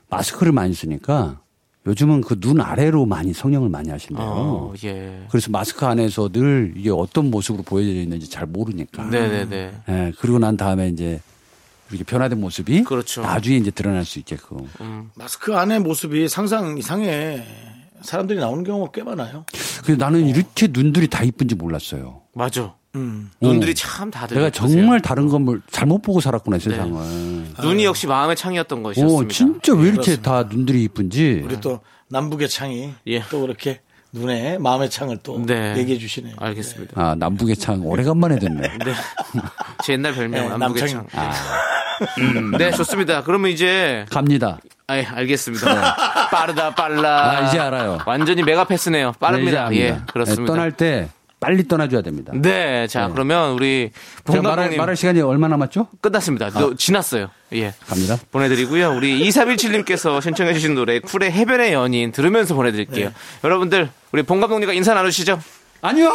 S5: 마스크를 많이 쓰니까 요즘은 그 눈 아래로 많이 성형을 많이 하신대요.
S2: 어, 예.
S5: 그래서 마스크 안에서 늘 이게 어떤 모습으로 보여져 있는지 잘 모르니까.
S1: 음.
S2: 네네네.
S5: 예, 그리고 난 다음에 이제 이렇게 변화된 모습이
S2: 그렇죠. 음.
S5: 나중에 이제 드러날 수 있게끔.
S1: 마스크 안의 모습이 상상 이상의 사람들이 나오는 경우가 꽤 많아요.
S5: 그래서
S2: 어.
S5: 나는 이렇게 눈들이 다 이쁜지 몰랐어요.
S2: 맞아.
S1: 음.
S2: 눈들이 참 다들.
S5: 내가
S2: 예쁘세요. 네.
S5: 정말 다른 건뭘 잘못 보고 살았구나 세상을.
S2: 눈이 역시 마음의 창이었던
S5: 오,
S2: 것이었습니다.
S5: 진짜 왜 이렇게 다 눈들이 이쁜지.
S1: 우리 그 또 남북의 창이
S2: 예.
S1: 또 그렇게 눈에 마음의 창을 또
S2: 네.
S1: 얘기해 주시네요.
S2: 알겠습니다.
S5: 아 남북의 창 오래간만에 듣네.
S2: 제 옛날 별명
S1: 네,
S2: 남북의 창.
S1: 남창이.
S5: 아.
S2: 음, 네, 좋습니다. 그러면 이제
S5: 갑니다.
S2: 아, 예, 알겠습니다. 뭐. 빠르다 빨라.
S5: 아, 이제 알아요.
S2: 완전히 메가패스네요.
S5: 네, 이제
S2: 빠릅니다.
S5: 압니다.
S2: 예, 그렇습니다.
S5: 예, 떠날 예. 때
S6: 빨리 떠나줘야 됩니다.
S2: 네, 자 그러면 우리
S6: 제가 말할,
S2: 본감독님
S6: 말할 시간이 얼마 남았죠?
S2: 끝났습니다.
S5: 아.
S2: 너 지났어요. 예.
S6: 갑니다.
S2: 보내드리고요. 우리 2317님께서 신청해주신 노래 쿨의 해변의 연인 들으면서 보내드릴게요.
S5: 네.
S2: 여러분들 우리 본 감독님과 인사 나누시죠.
S6: 아니요.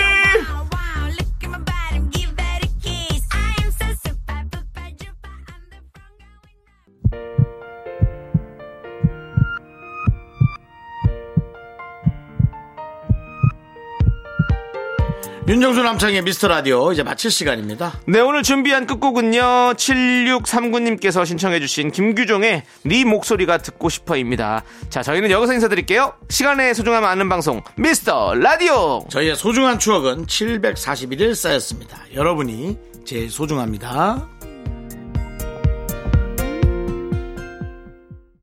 S1: 윤정수 남창의 미스터 라디오 이제 마칠 시간입니다.
S2: 네, 오늘 준비한 끝곡은요. 7639님께서 신청해주신 김규종의 네 목소리가 듣고 싶어입니다. 자, 저희는 여기서 인사드릴게요. 시간의 소중함 아는 방송 미스터 라디오.
S1: 저희의 소중한 추억은 741일 쌓였습니다. 여러분이 제일 소중합니다.